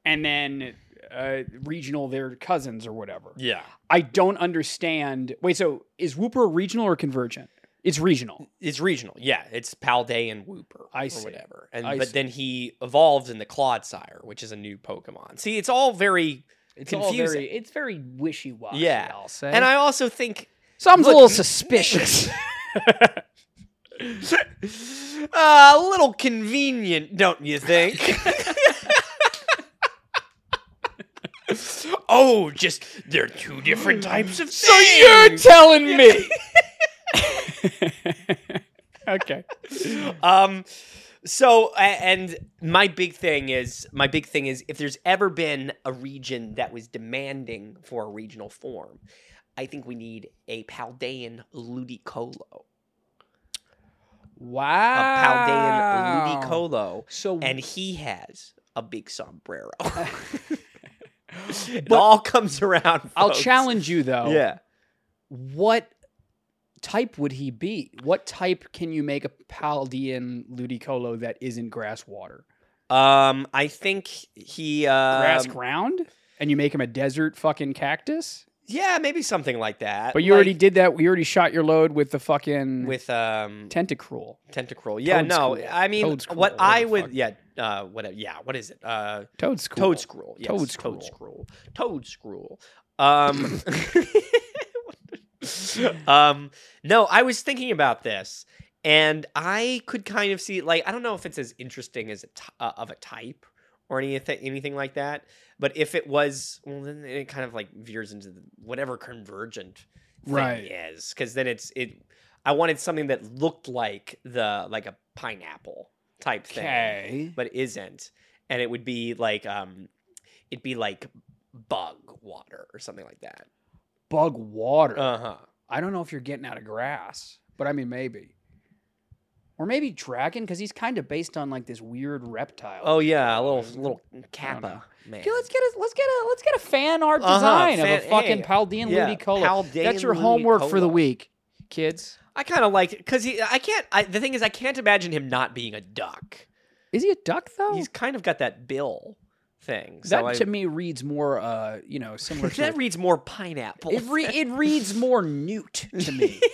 B: And then uh, regional, they're cousins or whatever.
A: yeah.
B: I don't understand. Wait, so is Whooper regional or convergent? It's regional.
A: It's regional. Yeah, it's Paldean Wooper
B: I
A: or
B: see.
A: whatever. And
B: I
A: but
B: see.
A: then he evolved into Clodsire, which is a new Pokemon. See, it's all very
B: It's
A: confusing.
B: all very it's very wishy washy.
A: Yeah.
B: I'll say.
A: and I also think
B: Some's
A: look-
B: a little suspicious.
A: uh, a little convenient, don't you think? oh, just they're two different types of
B: so you're
A: things.
B: telling me? okay.
A: um so a- and my big thing is my big thing is if there's ever been a region that was demanding for a regional form i think we need a paldean ludicolo a
B: Wow.
A: paldean ludicolo
B: So
A: and he has a big sombrero it
B: But-
A: all comes around
B: I'll
A: folks.
B: challenge you though.
A: yeah
B: What type would he be? What type can you make a Paldean Ludicolo that isn't grass water?
A: um i think he uh
B: grass ground? And you make him a desert fucking cactus?
A: yeah maybe something like that
B: But you
A: Like,
B: already did that. You already shot your load with the fucking
A: with um
B: tentacruel.
A: Tentacruel. Yeah,
B: Toad
A: no.
B: Scroll.
A: I mean,
B: Toad Scroll,
A: what
B: whatever
A: I
B: the
A: would,
B: fuck.
A: yeah, uh, what, yeah, what is it? Uh,
B: Toad school.
A: Toad Scroll. Yes,
B: Toad
A: Toad Scroll. Toad Scroll. Um, um, no, I was thinking about this, and I could kind of see, like, I don't know if it's as interesting as a t- uh, of a type or anything, anything like that. But if it was, well, then it kind of like veers into the, whatever convergent thing
B: Right.
A: is, because then it's it. I wanted something that looked like the like a pineapple type thing
B: Okay.
A: but isn't and it would be like um it'd be like bug water or something like that
B: Bug water.
A: uh-huh
B: I don't know if you're getting out of grass, but I mean maybe. Or maybe dragon, because he's kind of based on like this weird reptile.
A: oh yeah a little little kappa
B: Mm. know.
A: man
B: Okay, let's get a let's get a let's get a fan art
A: Uh-huh,
B: design
A: fan-
B: of a fucking
A: hey,
B: Paldean
A: yeah,
B: Ludicolo.
A: Haldane
B: That's your
A: Ludicolo.
B: homework for the week, kids.
A: i kind of like because he i can't I, the thing is i can't imagine him not being a duck
B: Is he a duck though?
A: he's kind of got that bill thing so
B: Oh. that
A: I-
B: to me reads more, uh, you know, similar to
A: that reads more pineapple
B: It, re- it reads more newt to me.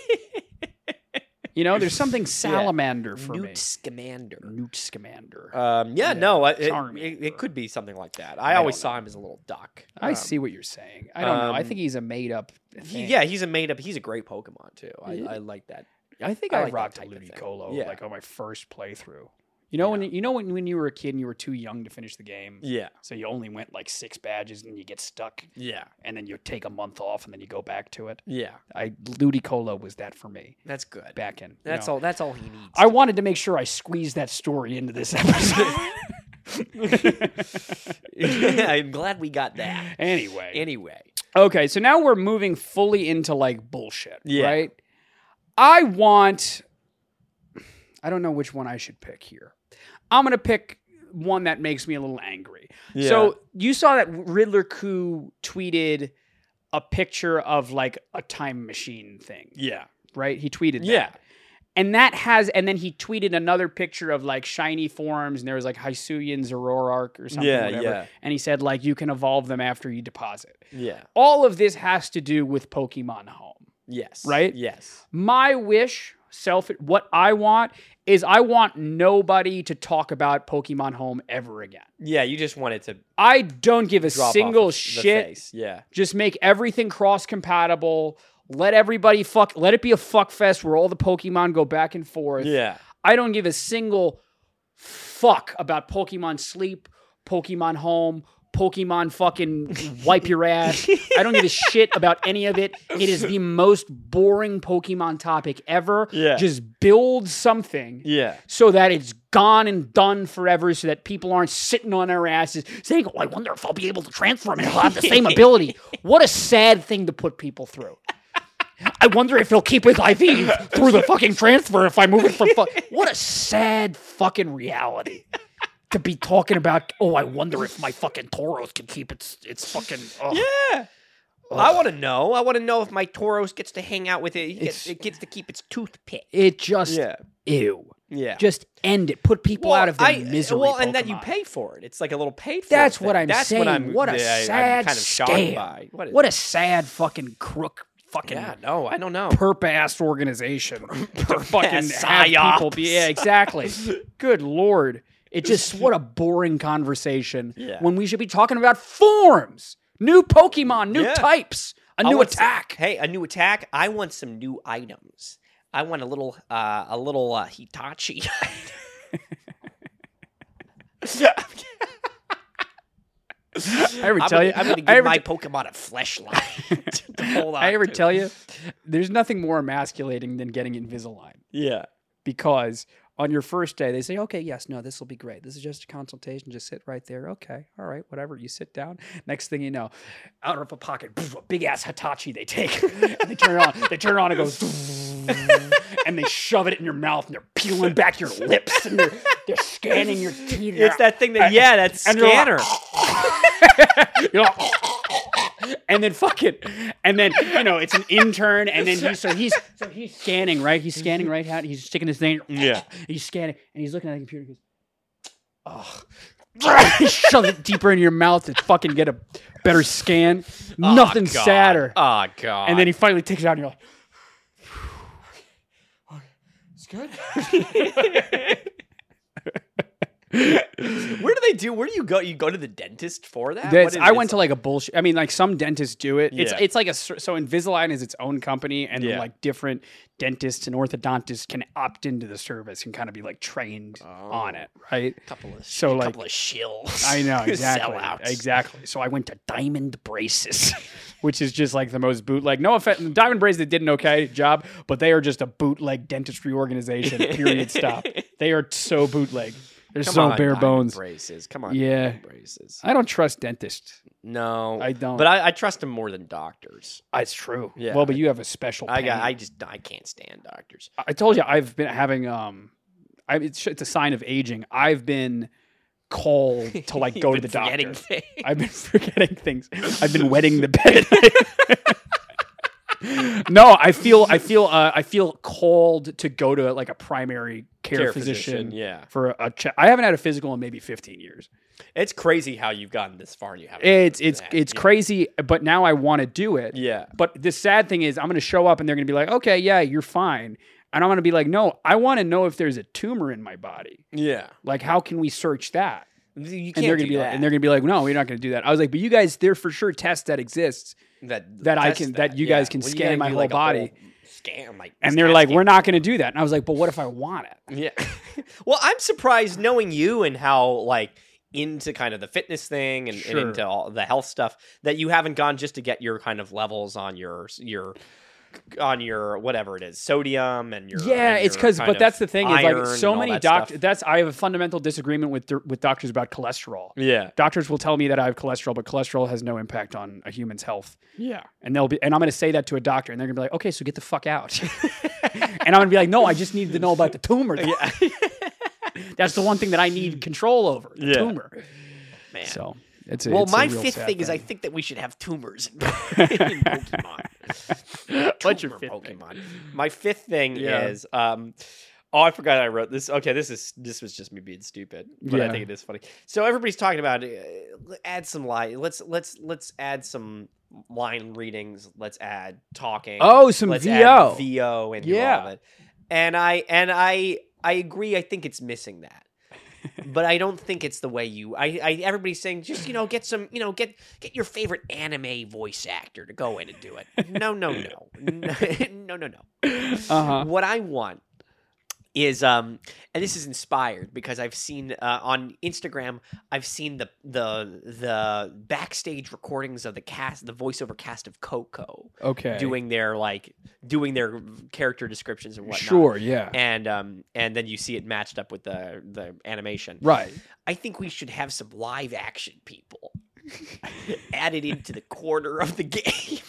B: you know, there's something salamander for
A: newt
B: me.
A: scamander
B: Newt Scamander.
A: um yeah,
B: Yeah,
A: no I- it,
B: charming.
A: it, it could be something like that i,
B: I don't
A: always
B: know.
A: saw him as a little duck
B: I
A: Um,
B: see what you're saying. I don't know. I
A: um,
B: think he's a made up.
A: He,
B: Thing.
A: yeah, he's a made up. He's a great Pokemon too. I,
B: Yeah.
A: I like that.
B: I think
A: I
B: I,
A: like that
B: rocked a
A: type of thing.
B: Ludicolo
A: Yeah.
B: like on my first playthrough. You know when you know when, when you were a kid and you were too young to finish the game,
A: Yeah,
B: so you only went like six badges and you get stuck,
A: yeah,
B: and then you take a month off and then you go back to it.
A: yeah.
B: I Ludicolo was that for me
A: That's good.
B: back in. you
A: That's
B: know.
A: all. That's all he needs.
B: I wanted to make sure I squeezed that story into this episode.
A: I'm glad we got that.
B: anyway,
A: Anyway,
B: Okay, so now we're moving fully into like bullshit,
A: Yeah.
B: right? I want I don't know which one I should pick here. I'm going to pick one that makes me a little angry. So, you saw that Riddler Coup tweeted a picture of like a time machine thing,
A: yeah,
B: right? He tweeted that.
A: yeah,
B: And that has and then he tweeted another picture of like shiny forms and there was like Hisuian Zoroark or something
A: yeah,
B: whatever.
A: yeah,
B: And he said like you can evolve them after you deposit
A: yeah.
B: all of this has to do with Pokemon Home.
A: Yes,
B: Right?
A: Yes.
B: My wish, self, what I want is I want nobody to talk about Pokemon Home ever again.
A: Yeah, you just wanted to
B: I don't give a
A: drop
B: single
A: off the- the
B: shit.
A: face. Yeah,
B: Just make everything cross compatible. Let everybody fuck. Let it be a fuck fest where all the Pokemon go back and forth.
A: yeah,
B: I don't give a single fuck about Pokemon Sleep, Pokemon Home, Pokemon fucking wipe your ass. I don't give a shit about any of it. It is the most boring Pokemon topic ever.
A: Yeah.
B: Just build something
A: yeah.
B: so that it's gone and done forever, so that people aren't sitting on their asses saying, oh, I wonder if I'll be able to transform and I'll have the same ability. What a sad thing to put people through. I wonder if he'll keep his IV through the fucking transfer if I move it from. Fu- what a sad fucking reality to be talking about. Oh, I wonder if my fucking Toros can keep its its fucking. Oh.
A: Yeah. I want to know. I want to know if my Toros gets to hang out with it. It gets,
B: It's-
A: it gets to keep its toothpick.
B: It just ew.
A: Yeah.
B: Just end it. Put people out of their
A: I-
B: misery.
A: Well, and then you
B: Pokemon.
A: pay for it. It's like a little paid for.
B: That's
A: thing.
B: what I'm
A: That's
B: saying.
A: What, I'm,
B: what a
A: yeah, I- I'm
B: sad
A: kind of shocked
B: scam.
A: by. What, is,
B: What a sad fucking crook fucking
A: Yeah, no, I don't know.
B: perp ass organization. to fucking
A: ass
B: have people
A: psyops.
B: be Yeah, exactly. Good lord. It just what a boring conversation
A: Yeah.
B: when we should be talking about forms, new Pokemon, new
A: Yeah.
B: types, a
A: I
B: new
A: want some-
B: attack.
A: hey, a new attack. I want some new items. I want a little, uh, a little uh, Hitachi.
B: I
A: I'm
B: ever tell
A: gonna-
B: you,
A: I'm gonna
B: I
A: give
B: ever,
A: my Pokemon a fleshlight. to hold on
B: I ever
A: to.
B: tell you, there's nothing more emasculating than getting Invisalign.
A: Yeah.
B: because on your first day they say okay yes no this will be great this is just a consultation just sit right there okay all right whatever you sit down next thing you know out of a pocket poof, a big ass hitachi they take and they turn it on they turn it on it goes and they shove it in your mouth and they're peeling back your lips and they're, they're scanning your teeth
A: It's that thing that
B: And-
A: yeah, that
B: and they're
A: scanner.
B: You're like, and then fucking, and then you know it's an intern, and then he, so he's so he's scanning right, he's scanning right out, he's sticking his thing,
A: Yeah.
B: he's scanning, and he's looking at the computer, and he goes, oh, shove it deeper in your mouth to fucking get a better scan. Nothing
A: Oh, God.
B: sadder.
A: Oh god.
B: and then he finally takes it out, and you're like,
A: it's good. Where do they do? Where do you go? You go to the dentist for that?
B: That's,
A: What is
B: I
A: it?
B: went to like a bullshit. I mean, like some dentists do it. It's
A: Yeah.
B: it's like a cer- so Invisalign is its own company, and then
A: Yeah.
B: like different dentists and orthodontists can opt into the service and kind of be like trained on it, right?
A: a couple of
B: so, like-
A: Oh. couple of shills.
B: I know exactly,
A: Sellouts.
B: exactly. So I went to Diamond Braces, which is just like the most bootleg. No offense, Diamond Braces did an okay job, but they are just a bootleg dentistry organization. Period. Stop. They are so bootleg. They're
A: Come
B: so
A: on,
B: bare
A: diamond
B: bones.
A: Braces. Come on.
B: Yeah.
A: diamond Braces.
B: I don't trust dentists.
A: No,
B: I don't.
A: But I, I trust them more than doctors.
B: It's true.
A: Yeah.
B: Well, but you have a special.
A: I got.
B: pain.
A: I just. I can't stand doctors.
B: I told you I've been having um, I it's, it's a sign of aging. I've been called to like go to
A: You've
B: the
A: been forgetting
B: doctor.
A: things.
B: I've been forgetting things. I've been wetting the bed. no, I feel I feel uh, I feel called to go to like a primary care,
A: Care physician,
B: physician.
A: yeah.
B: For a check. I haven't had a physical in maybe 15 years.
A: It's crazy how you've gotten this far and you haven't.
B: It's it's
A: that,
B: it's
A: yeah.
B: crazy, but now I want to do it.
A: Yeah.
B: But the sad thing is, I'm going to show up and they're going to be like, okay, yeah, you're fine. And I'm going to be like, no, I want to know if there's a tumor in my body.
A: Yeah.
B: Like, how can we search that?
A: You can't
B: And they're
A: do
B: going to be
A: that.
B: like, and they're going to be like, no, we're not going to do that. I was like, but you guys, there for sure test that exists.
A: that
B: that I
A: test
B: can- that you guys can
A: Well, you
B: scan
A: gotta
B: my
A: do,
B: whole
A: like, a
B: body.
A: scan like
B: And they're like, we're not going to do that. And I was like, but what if I want it?
A: yeah. well, I'm surprised knowing you and how like into kind of the fitness thing and, and
B: Sure.
A: into all the health stuff that you haven't gone just to get your kind of levels on your your on your whatever it is sodium and your
B: Yeah,
A: and
B: it's
A: your
B: because,
A: kind
B: but
A: of
B: that's the thing is
A: iron
B: like so
A: and all
B: many
A: that stuff.
B: doctors. That's I have a fundamental disagreement with dir- with doctors about cholesterol.
A: yeah
B: Doctors will tell me that I have cholesterol, but cholesterol has no impact on a human's health.
A: yeah
B: and they'll be and I'm gonna say that to a doctor and they're gonna be like, okay, so get the fuck out. and I'm gonna be like, no, I just need to know about the tumor. That's the one thing that I need control over, the
A: Yeah.
B: tumor.
A: man.
B: So it's a,
A: well,
B: it's a
A: my
B: real
A: fifth
B: sad
A: thing is I think that we should have tumors in, in Pokemon.
B: What's
A: Tumor
B: your fifth thing?
A: Pokemon. My fifth thing
B: Yeah.
A: is um oh I forgot I wrote this. Okay, this is this was just me being stupid, but I
B: Yeah.
A: think it is funny. So everybody's talking about uh, add some light. Let's let's let's add some line readings. Let's add talking.
B: Oh, some
A: let's
B: VO.
A: Add VO into all
B: Yeah.
A: of it. And I and I I agree. I think it's missing that but I don't think it's the way you. I, I everybody's saying just you know get some you know get get your favorite anime voice actor to go in and do it. No, no, no, no, no, no. no.
B: Uh-huh.
A: What I want is um and this is inspired because I've seen uh, on Instagram I've seen the the the backstage recordings of the cast the voiceover cast of Coco
B: Okay.
A: doing their like doing their character descriptions and whatnot.
B: Sure. Yeah.
A: And um and then you see it matched up with the the animation.
B: right.
A: I think we should have some live action people added into the corner of the game.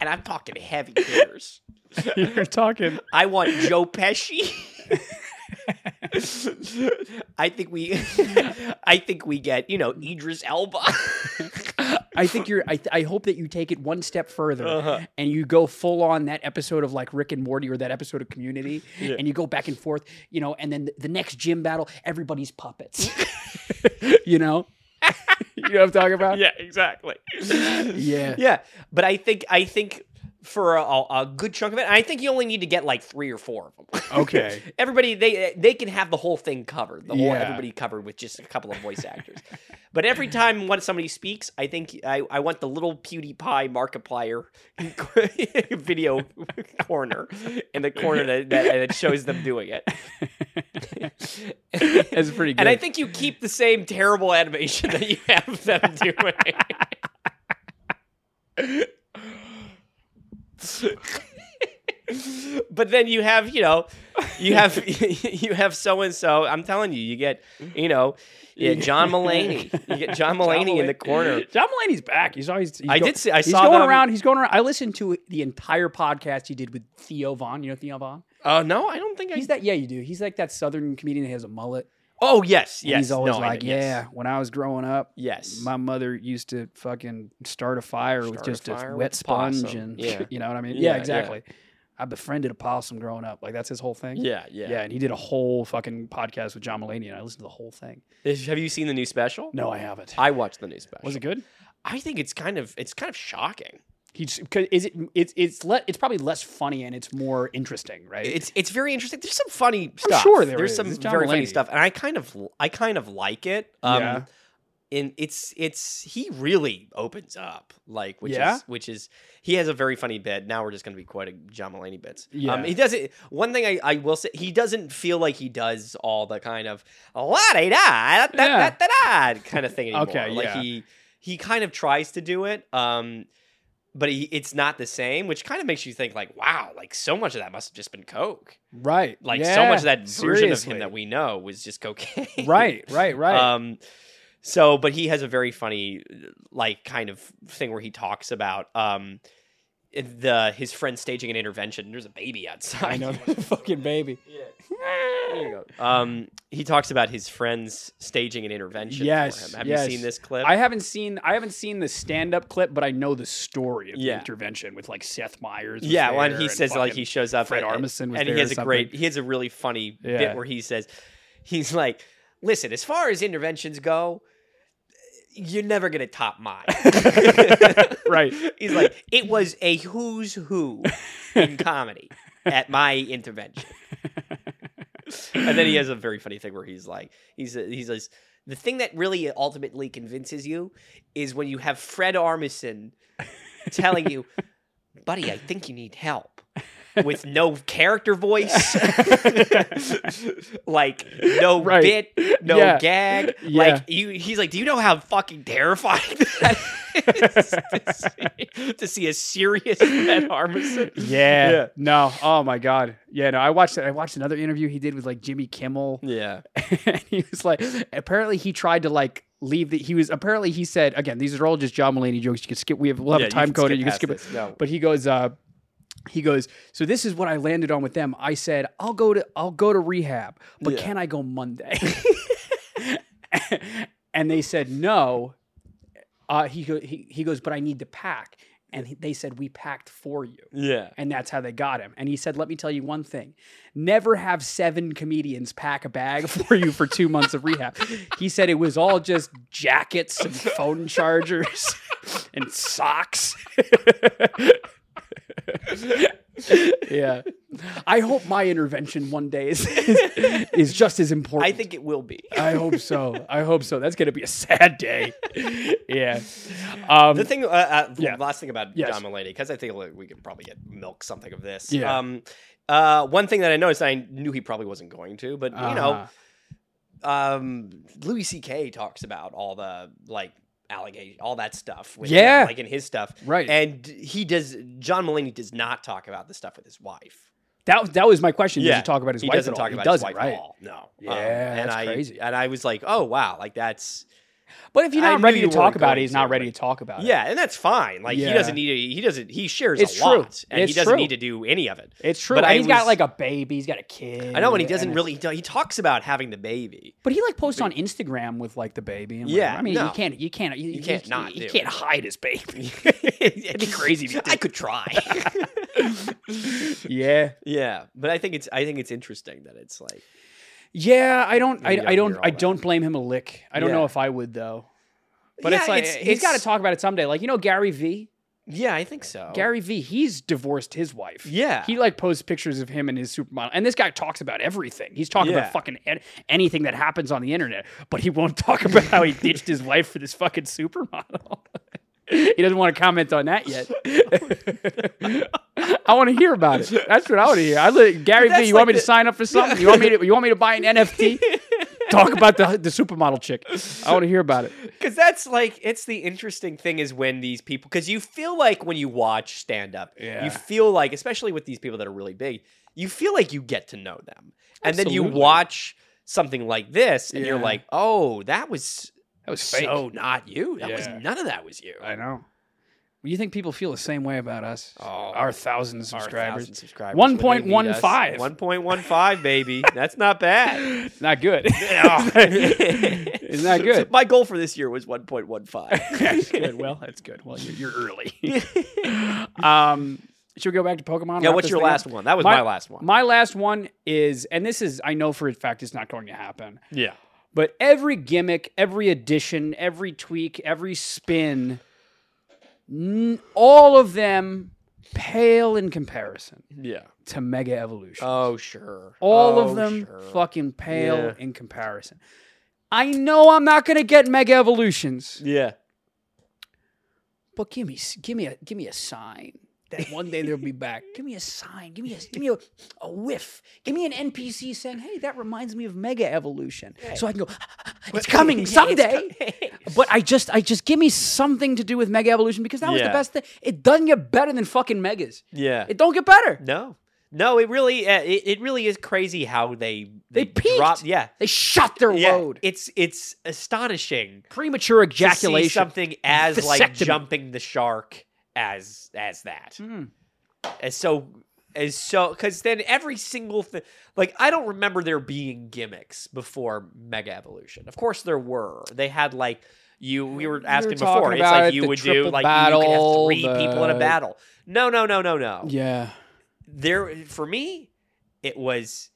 A: and I'm talking heavy hitters.
B: You're talking.
A: I want Joe Pesci. I think we, I think we get you know Idris Elba.
B: I think you're. I, th- I hope that you take it one step further
A: Uh-huh.
B: and you go full on that episode of like Rick and Morty or that episode of Community, and you go back and forth, you know. And then th- the next gym battle, everybody's puppets. you know. you know what I'm talking about?
A: yeah, exactly.
B: Yeah.
A: yeah, but I think I think for a, a good chunk of it, I think you only need to get like three or four of them.
B: Okay.
A: everybody they they can have the whole thing covered the whole
B: Yeah.
A: everybody covered with just a couple of voice actors but every time when somebody speaks i think i, I want the little pewdiepie markiplier video corner in the corner that, that, that shows them doing it
B: That's pretty good.
A: and i think you keep the same terrible animation that you have them doing but then you have you know you have you have so and so i'm telling you you get you know yeah, john mullaney you get john mullaney in the corner
B: John Mulaney's back. You saw he's. he's
A: I
B: go-
A: did see- I
B: he's
A: saw
B: going
A: them-
B: around. He's going around. I listened to the entire podcast he did with Theo Vaughn. You know Theo Vaughn?
A: oh no i don't think i
B: He's that. Yeah, you do. He's like that Southern comedian that has a mullet.
A: oh yes
B: And
A: yes
B: he's always
A: No, I
B: like,
A: did,
B: "Yeah,
A: yes.
B: when I was growing up,
A: yes
B: my mother used to fucking start a fire with
A: Start a
B: just a,
A: fire
B: wet
A: with
B: sponge,
A: possum.
B: and
A: Yeah.
B: you know what I mean?
A: Yeah,
B: Yeah,
A: yeah.
B: exactly. I befriended a possum growing up. Like that's his whole thing.
A: yeah, yeah
B: and he did a whole fucking podcast with John Mulaney, and I listened to the whole thing.
A: Is- have you seen the new special
B: No, I haven't.
A: i watched the new special
B: Was it good?
A: i think it's kind of it's kind of shocking
B: He's 'cause is it? It's it's le- it's probably less funny and it's more interesting, right?
A: It's it's very interesting. There's some funny stuff.
B: sure there
A: There's
B: is.
A: some
B: It's John
A: very funny
B: Mulaney.
A: stuff, and I kind of I kind of like it. Um,
B: Yeah.
A: And it's it's he really opens up like which
B: Yeah?
A: is which is he has a very funny bit. Now we're just going to be quoting John Mulaney bits.
B: Yeah.
A: Um, he doesn't. One thing I, I will say he doesn't feel like he does all the kind of la da da da da
B: Yeah.
A: da da kind of thing anymore.
B: Okay,
A: Like
B: yeah.
A: he he kind of tries to do it. Um, but he, it's not the same, which kind of makes you think, like, wow, like so much of that must have just been coke
B: right.
A: like so
B: Yeah,
A: much of that version of
B: seriously.
A: him that we know was just cocaine.
B: right, right, right.
A: Um so but he has a very funny like kind of thing where he talks about um the his friend staging an intervention. There's a baby outside.
B: I know the fucking baby.
A: There you go. Um he talks about his friends staging an intervention
B: Yes,
A: for him. Have
B: yes.
A: you seen this clip?
B: I haven't seen I haven't seen the stand up clip, but I know the story of
A: Yeah.
B: the intervention with like Seth Meyers. was
A: yeah, when
B: there
A: he
B: and
A: says like
B: fucking-
A: he shows up,
B: Fred
A: and-
B: Armisen was
A: and
B: there
A: he
B: or
A: has a
B: something.
A: great, he has a really funny
B: Yeah.
A: bit where he says, he's like, "Listen, as far as interventions go, you're never gonna top mine."
B: right.
A: He's like, "It was a who's who in comedy at my intervention," and then he has a very funny thing where he's like, he's he says. The thing that really ultimately convinces you is when you have Fred Armisen telling you, buddy, I think you need help. With no character voice, like no
B: Right.
A: bit, no
B: Yeah.
A: gag.
B: Yeah.
A: Like you, he's like, do you know how fucking terrifying that is to, see, to see a serious Fred Armisen?
B: Yeah.
A: Yeah.
B: No. Oh my God. Yeah. No. I watched. I watched another interview he did with like Jimmy Kimmel.
A: Yeah,
B: and he was like, apparently he tried to like leave the. He was apparently he said again. These are all just John Mulaney jokes. You can skip. We have we'll have a time code and you can skip it.
A: No.
B: But he goes, uh, he goes. So this is what I landed on with them. I said, I'll go to, I'll go to rehab, but
A: Yeah.
B: can I go Monday? and they said no. Uh, he, go, he he goes, but I need to pack. And he, they said we packed for you.
A: yeah,
B: And that's how they got him. And he said, Let me tell you one thing never have seven comedians pack a bag for you for two months of rehab. He said it was all just jackets and phone chargers and socks. yeah. I hope my intervention one day is, is, is just as important.
A: I think it will be.
B: I hope so. I hope so. That's going to be a sad day. yeah. Um,
A: The thing, uh, uh,
B: Yeah.
A: last thing about
B: Yes.
A: John Mulaney, because I think like, we can probably get milk something of this.
B: Yeah.
A: Um, Uh, one thing that I noticed, I knew he probably wasn't going to, but you know,
B: Uh-huh.
A: um, Louis C.K. talks about all the like allegation, all that stuff. With him,
B: Yeah.
A: like in his stuff,
B: right.
A: and he does. John Mulaney does not talk about the stuff with his wife.
B: that that was my question. Did
A: Yeah,
B: you talk about his
A: he
B: wife
A: doesn't
B: at all?
A: talk
B: He
A: about his
B: doesn't,
A: wife
B: right?
A: at all. No. Um,
B: Yeah,
A: and
B: that's
A: I,
B: crazy.
A: And I was like, oh wow, like that's
B: But if you're
A: I
B: not
A: knew
B: ready to
A: you
B: talk
A: weren't
B: about
A: going
B: it, he's not
A: to,
B: ready
A: but-
B: to talk about it.
A: yeah, and that's fine. Like
B: Uh, Yeah.
A: he doesn't need to. He doesn't. He shares
B: It's
A: a
B: true.
A: lot, and
B: It's
A: he doesn't
B: true.
A: need to do any of it.
B: It's true.
A: But
B: and
A: I
B: he's got
A: was-
B: like a baby. He's got a kid.
A: I know, and he
B: and
A: doesn't
B: it's-
A: really. He talks about having the baby.
B: But he like posts on Instagram with like the baby. And
A: Yeah,
B: whatever. I mean, you
A: no.
B: can't, you can't, you, you
A: can't not
B: You
A: do
B: can't
A: it.
B: hide his baby.
A: It'd
B: be crazy if you
A: I could try.
B: yeah,
A: yeah, but I think it's. I think it's interesting that it's like.
B: yeah. I don't,
A: Maybe
B: I,
A: I'll
B: I don't,
A: hear all
B: I
A: that.
B: don't blame him a lick. I don't
A: Yeah.
B: know if I would though. But
A: Yeah,
B: it's like
A: it's-
B: he's got to
A: it's- Oh.
B: talk about it someday. Like you know, Gary V.
A: Yeah, I think so.
B: Gary V. He's divorced his wife.
A: Yeah.
B: He like posts pictures of him and his supermodel, and this guy talks about everything. He's talking
A: Yeah.
B: about fucking an- anything that happens on the internet, but he won't talk about how he ditched his wife for this fucking supermodel. he doesn't want to comment on that yet. I want to hear about it. That's what I want to hear. I li- Gary V.
A: that's
B: You want
A: like
B: me to
A: the-
B: sign up for something? You want me to? You want me to buy an NFT? Talk about the the supermodel chick. I want to hear about it.
A: Because that's like it's the interesting thing is when these people because you feel like when you watch stand up,
B: Yeah.
A: you feel like especially with these people that are really big, you feel like you get to know them, and then
B: Absolutely.
A: you watch something like this, and you're
B: Yeah.
A: like, oh, that was
B: That was fake.
A: so not you. That
B: Yeah.
A: was none of that was you.
B: I know. You think people feel the same way about us?
A: Oh,
B: our thousand subscribers.
A: 1,000 subscribers.
B: 1.15.
A: 1.15, baby. That's not bad.
B: Not good.
A: it's
B: it's not good.
A: My goal for this year was 1.15.
B: that's good. Well, that's good. Well, you're, you're early. um, should we go back to Pokemon?
A: yeah,
B: Wrap
A: what's
B: this
A: your
B: thing up?
A: last one? That was
B: My-
A: my, last one.
B: My last one is, and this is, I know for a fact it's not going to happen,
A: yeah.
B: but every gimmick, every addition, every tweak, every spin, n- all of them pale in comparison
A: Yeah.
B: to Mega Evolution.
A: Oh, sure.
B: All
A: Oh,
B: of them
A: sure.
B: fucking pale
A: Yeah.
B: in comparison. I know I'm not gonna get mega evolutions,
A: Yeah.
B: but give me s- give me a give me a sign that one day they'll be back. Give me a sign. Give me a give me a, a whiff. Give me an NPC saying, "Hey, that reminds me of mega evolution," so I can go. It's coming
A: Yeah, it's
B: someday.
A: co-
B: But I just, I just give me something to do with Mega Evolution because that was the
A: Yeah.
B: best thing. It doesn't get better than fucking Megas.
A: yeah.
B: It don't get better.
A: no. No, it really uh, it, it really is crazy how they
B: They peaked.
A: dropped- yeah.
B: They shut their
A: Yeah.
B: load.
A: It's it's astonishing
B: Premature
A: to see
B: ejaculation.
A: something as like
B: Vasectomy.
A: jumping the shark as as that.
B: Mm.
A: as so as so because then every single thing like i don't remember there being gimmicks before mega evolution of course there were they had like you we were asking before
B: talking
A: it's
B: about
A: like
B: it,
A: you
B: the
A: would do
B: triple
A: like you could have
B: battle,
A: three people in
B: the-
A: a battle no no no no no
B: Yeah.
A: there for me it was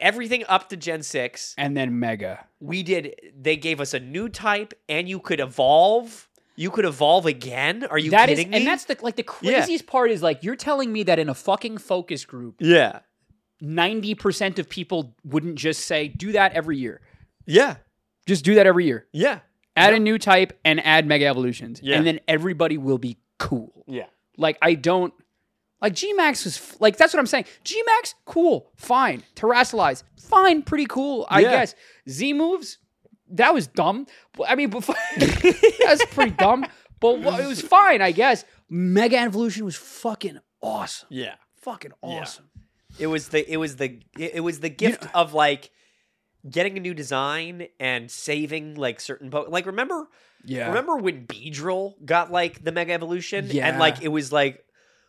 A: everything up to gen 6
B: And then Mega.
A: we did they gave us a new type and you could evolve you could evolve again are you
B: That is,
A: kidding me
B: and that's the like the
A: Yeah.
B: craziest part is like you're telling me that in a fucking focus group,
A: yeah
B: ninety percent of people wouldn't just say do that every year.
A: yeah
B: Just do that every year.
A: yeah
B: Add a new type and add mega evolutions,
A: Yeah.
B: and then everybody will be cool.
A: yeah
B: Like I don't. Like Gmax was f- like that's what I'm saying. Gmax, cool, fine. Terrasilize, fine, pretty cool, I
A: Yeah.
B: guess. Z moves, that was dumb. But- I mean, before, that was pretty dumb, but wha- it was fine, I guess. Mega Evolution was fucking awesome,
A: yeah
B: fucking
A: Yeah.
B: awesome.
A: It was the it was the it it was the gift of like getting a new design and saving like certain po- like remember
B: Yeah,
A: remember when Beedrill got like the mega evolution
B: Yeah.
A: and like it was like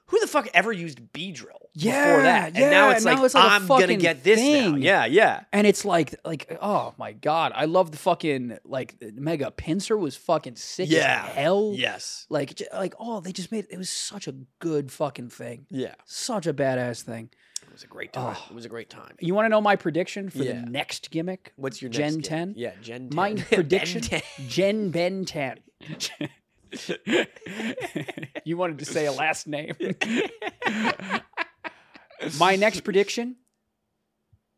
A: who the fuck ever used Beedrill
B: Yeah,
A: before that and now
B: yeah,
A: it's
B: now
A: like
B: it's like a
A: I'm gonna
B: fucking
A: get this now
B: thing.
A: yeah yeah
B: and it's like like oh my god, I love the fucking like Mega Pincer was fucking sick
A: Yeah.
B: as hell.
A: yes
B: like j- like oh they just made it was such a good fucking thing,
A: yeah
B: such a badass thing.
A: it was a great
B: time.
A: time it was a great time
B: You want to know my prediction for
A: Yeah.
B: the next gimmick?
A: what's your
B: Gen
A: next game?
B: 10?
A: yeah Gen 10
B: My
A: Ben
B: prediction?
A: 10.
B: Gen Ben 10. you wanted to say a last name. my next prediction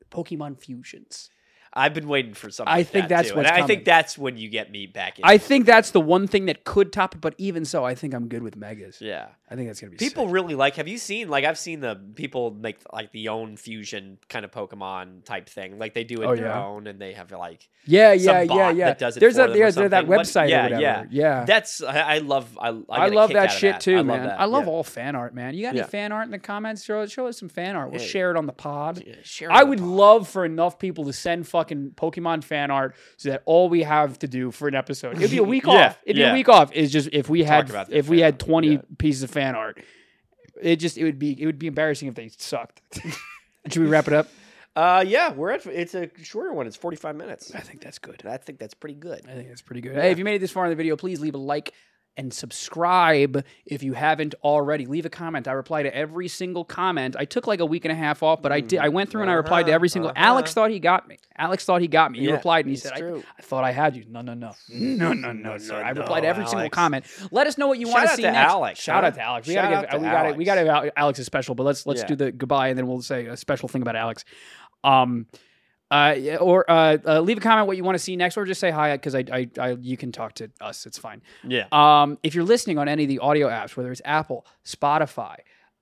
B: Pokemon Fusions.
A: I've been waiting for something.
B: I
A: like
B: think
A: that,
B: that's
A: too,
B: what's
A: and I
B: coming.
A: think that's when you get me back in.
B: I think that's the one thing that could top it, but even so, I think I'm good with megas.
A: yeah.
B: I think that's gonna be
A: People
B: sick.
A: really like. Have you seen like I've seen the people make like the own fusion kind of Pokemon type thing. Like they do it
B: Oh,
A: their
B: yeah.
A: own, and they have like
B: Yeah,
A: some
B: yeah, yeah,
A: bot
B: yeah.
A: that does it
B: There's
A: for
B: that
A: them or
B: there's that- that
A: something. What-
B: website
A: yeah,
B: or whatever.
A: yeah.
B: yeah.
A: that's. I, I love. I I,
B: I
A: get a
B: love
A: kick
B: that
A: out of
B: shit too,
A: I
B: man.
A: Love that.
B: I love
A: yeah.
B: all fan art, man. You got any
A: Yeah.
B: fan art in the comments? Show, show us some fan art. We'll
A: Yeah.
B: share it on the pod.
A: Yeah, share
B: I
A: on the
B: would
A: pod.
B: love for enough people to send fucking Pokemon fan art so that all we have to do for an episode. It'd be a week
A: Yeah,
B: off. It'd be
A: yeah.
B: a week off. Is just if we
A: Talk
B: had
A: about that
B: if we
A: fan
B: had
A: art,
B: twenty
A: yeah.
B: pieces of fan art. It just it would be it would be embarrassing if they sucked. Should we wrap it up?
A: Uh, yeah, we're at. It's a shorter one. It's forty five minutes.
B: I think that's good.
A: I think that's pretty good.
B: I think that's pretty good. Hey, if you made it this far in the video, please leave a like and subscribe if you haven't already. Leave a comment. I reply to every single comment. I took like a week and a half off, but I did. I went through and I replied to
A: Uh-huh,
B: every single.
A: uh-huh.
B: Alex thought he got me. Alex thought he got me. He
A: Yeah,
B: replied and he
A: it's
B: said, I,
A: true. Mm-hmm.
B: "I thought I had you." No, no, no, no, no, no, sir. I
A: no,
B: replied to every single
A: Alex.
B: comment. Let us know what you
A: Shout
B: want
A: out
B: see
A: to
B: next.
A: Alex,
B: Shout
A: huh?
B: out to Alex. We
A: Shout
B: gotta give.
A: out to
B: we gotta.
A: Alex.
B: We gotta. give Al- Alex is special, but let's let's
A: Yeah.
B: do the goodbye and then we'll say a special thing about Alex. Um. Uh, yeah, or uh, uh, leave a comment what you want to see next, or just say hi because I, I, I, you can talk to us. It's fine.
A: Yeah.
B: Um, if you're listening on any of the audio apps, whether it's Apple, Spotify,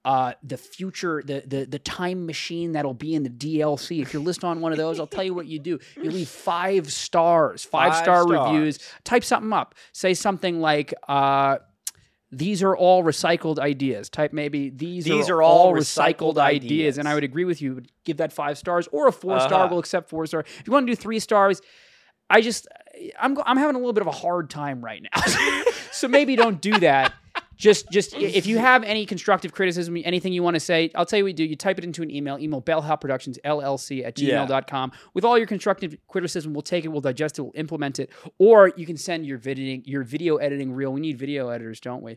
B: uh, the future, the, the the time machine that'll be in the DLC. If you're listening on one of those, I'll tell you what you do. You leave five stars, five,
A: Five
B: star
A: stars.
B: reviews. Type something up. Say something like. Uh, these are all recycled ideas. Type maybe these,
A: These
B: are,
A: are all
B: all recycled,
A: recycled
B: ideas.
A: ideas.
B: And I would agree with you. Would Give that five stars or a 4 star.
A: Uh-huh.
B: We'll accept four star. If you want to do three stars, I just I'm go- I'm having a little bit of a hard time right now. so maybe don't do that. Just just i- if you have any constructive criticism, anything you want to say, I'll tell you what you do. You type it into an email, email Bellhop Productions LLC at
A: Yeah.
B: gmail.com with all your constructive criticism. We'll take it, we'll digest it, we'll implement it. Or you can send your video your video editing reel. We need video editors, don't we?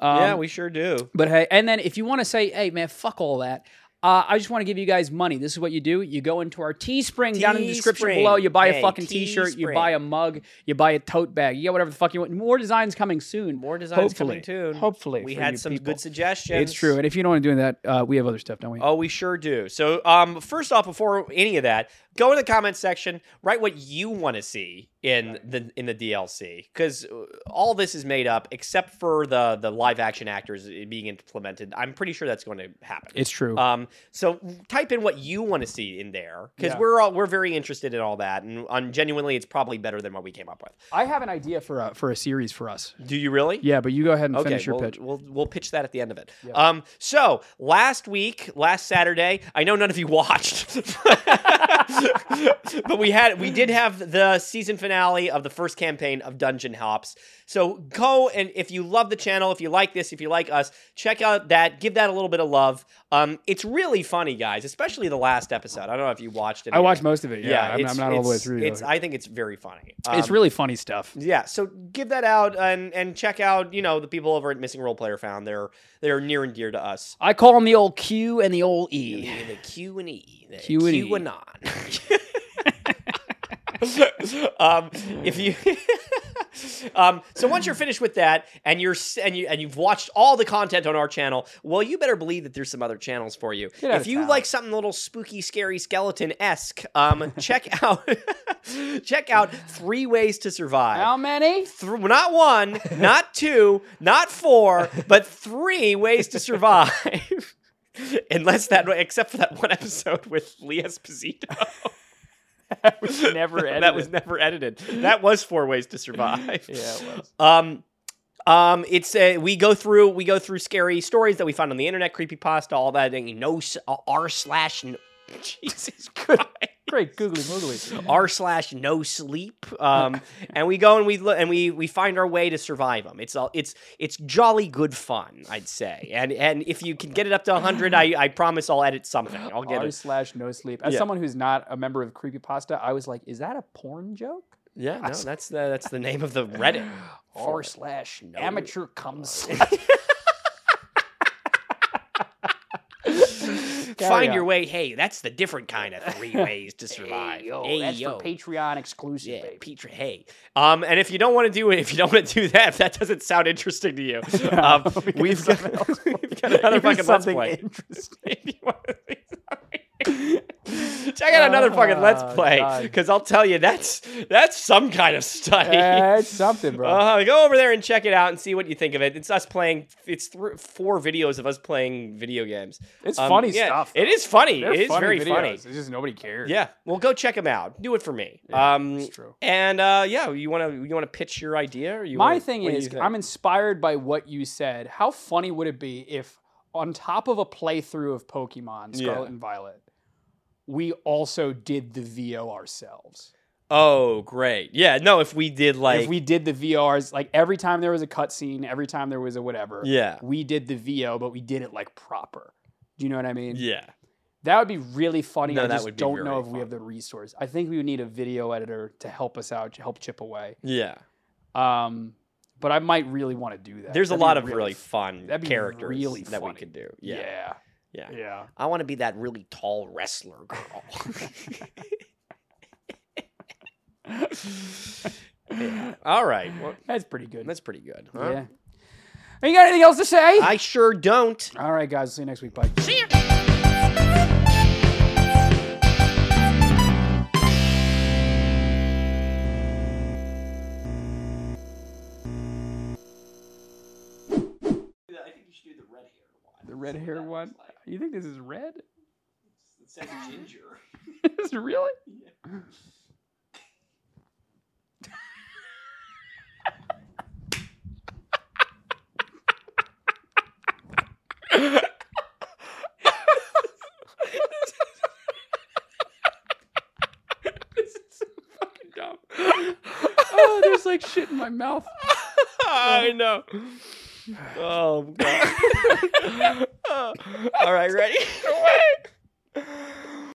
B: Um,
A: yeah, we sure do.
B: but hey, and then if you want to say, hey man, fuck all that. Uh, I just want to give you guys money. This is what you do. You go into our Teespring down in the description
A: Teespring.
B: below. You buy a
A: Hey,
B: fucking T-shirt. You buy a mug. You buy a tote bag. You get whatever the fuck you want. More designs coming soon.
A: More designs
B: hopefully,
A: coming too.
B: Hopefully,
A: we
B: for you
A: had some
B: people.
A: good suggestions.
B: It's true. And if you don't want to do that, uh, we have other stuff, don't we?
A: Oh, we sure do. So, um, first off, before any of that, go in the comments section, write what you want to see in the in the DLC, because uh, all this is made up except for the the live action actors being implemented. I'm pretty sure that's going to happen.
B: It's true.
A: Um, so type in what you want to see in there because
B: Yeah.
A: we're all we're very interested in all that, and on genuinely, it's probably better than what we came up with.
B: I have an idea for a, for a series for us.
A: Do you really?
B: Yeah, but you go ahead and
A: Okay,
B: finish your
A: we'll,
B: pitch.
A: we'll we'll pitch that at the end of it.
B: Yeah.
A: Um, so last week, last Saturday, I know none of you watched, but we had we did have the season finale of the first campaign of Dungeon Hops. So go and if you love the channel, if you like this, if you like us, check out that, give that a little bit of love. Um, it's really funny, guys, especially the last episode. I don't know if you watched it.
B: I watched most of it. Yeah, I'm,
A: it's-
B: I'm not all the way
A: it's-
B: through.
A: It's, um,
B: though.
A: I think it's very funny.
B: it's
A: Um,
B: really funny stuff.
A: yeah, so give that out and and check out you know the people over at Missing Role Player Found. They're they're near and dear to us.
B: I call them the old Q and the old E.
A: The, the Q and E, the
B: Q and E.
A: QAnon. um, if you. Um, so once you're finished with that, and you're s- and you and you've watched all the content on our channel, well, you better believe that there's some other channels for you.
B: Get out
A: if
B: of
A: you
B: town.
A: like something a little spooky, scary, skeleton esque, um, check out check out Three Ways to Survive
B: How many?
A: th- not one, not two, not four, but three ways to survive. Unless that, except for that one episode with Lee Esposito,
B: that was never edited.
A: that was never edited. That was four ways to survive.
B: yeah, it was.
A: Um, um, it's uh, we go through we go through scary stories that we find on the internet, creepy pasta, all that. And you know, s- uh, r slash n- Jesus Christ.
B: Great googly moogly.
A: r slash no sleep um and we go and we look and we we find our way to survive them it's all it's it's jolly good fun i'd say and and if you can get it up to 100 i i promise i'll edit something i'll get
B: R
A: it
B: slash no sleep. As
A: Yeah.
B: someone who's not a member of Creepypasta, I was like, is that a porn joke?
A: yeah no that's the that's the name of the reddit
B: R
A: for it.
B: slash
A: no.
B: amateur cum slut.
A: find
B: on.
A: your way hey that's the different kind of three ways to survive
B: Hey, yo,
A: Hey,
B: that's
A: yo.
B: for Patreon exclusive,
A: Yeah,
B: baby.
A: Peter Hay. Um, and if you don't want to do it, if you don't want to do that, if that doesn't sound interesting to you, um,
B: got
A: we've, got,
B: something else for you.
A: we've got another
B: Here's
A: fucking let's
B: something
A: play.
B: interesting.
A: If you wanna see something- Check out another fucking Let's
B: Oh,
A: Play
B: God.
A: because I'll tell you that's that's some kind of study.
B: Yeah, it's something, bro.
A: Uh, go over there and check it out and see what you think of it. It's us playing. It's th- four videos of us playing video games.
B: it's
A: Um,
B: funny
A: yeah,
B: stuff.
A: It is funny.
B: They're
A: it is very
B: videos.
A: funny.
B: It's just nobody cares.
A: Yeah. Well, go check them out. Do it for me.
B: Yeah,
A: um,
B: it's true.
A: and uh, yeah, you want to you want to pitch your idea? Or you
B: My
A: wanna-
B: thing
A: what do you
B: is,
A: think?
B: I'm inspired by what you said. How funny would it be if, on top of a playthrough of Pokemon
A: Yeah.
B: Scarlet and Violet, we also did the VO ourselves?
A: Oh, great. Yeah. No, if we did like.
B: if we did the VRs, like every time there was a cutscene, every time there was a whatever,
A: yeah.
B: we did the VO, but we did it like proper. Do you know what I mean?
A: Yeah.
B: That would be really funny.
A: No,
B: I
A: that
B: just
A: would be
B: don't
A: very
B: know if we
A: fun.
B: have the resource. I think we would need a video editor to help us out, to help chip away.
A: Yeah.
B: Um, but I might really want to do that.
A: There's a
B: That'd be
A: lot of really fun
B: that'd be
A: characters
B: really
A: that we
B: funny.
A: could do. Yeah.
B: yeah.
A: Yeah.
B: Yeah.
A: I want to be that really tall wrestler girl. Yeah. All right. Well,
B: That's pretty good.
A: that's pretty good. huh?
B: yeah. You got anything else to say?
A: I sure don't.
B: All right, guys. See you next week. Bye.
A: I think you should do the red hair one.
B: The red hair one. You think this is red?
A: It says ginger.
B: is it really? this is so fucking dumb. Oh, there's like shit in my mouth.
A: I know. Oh god. All right, ready?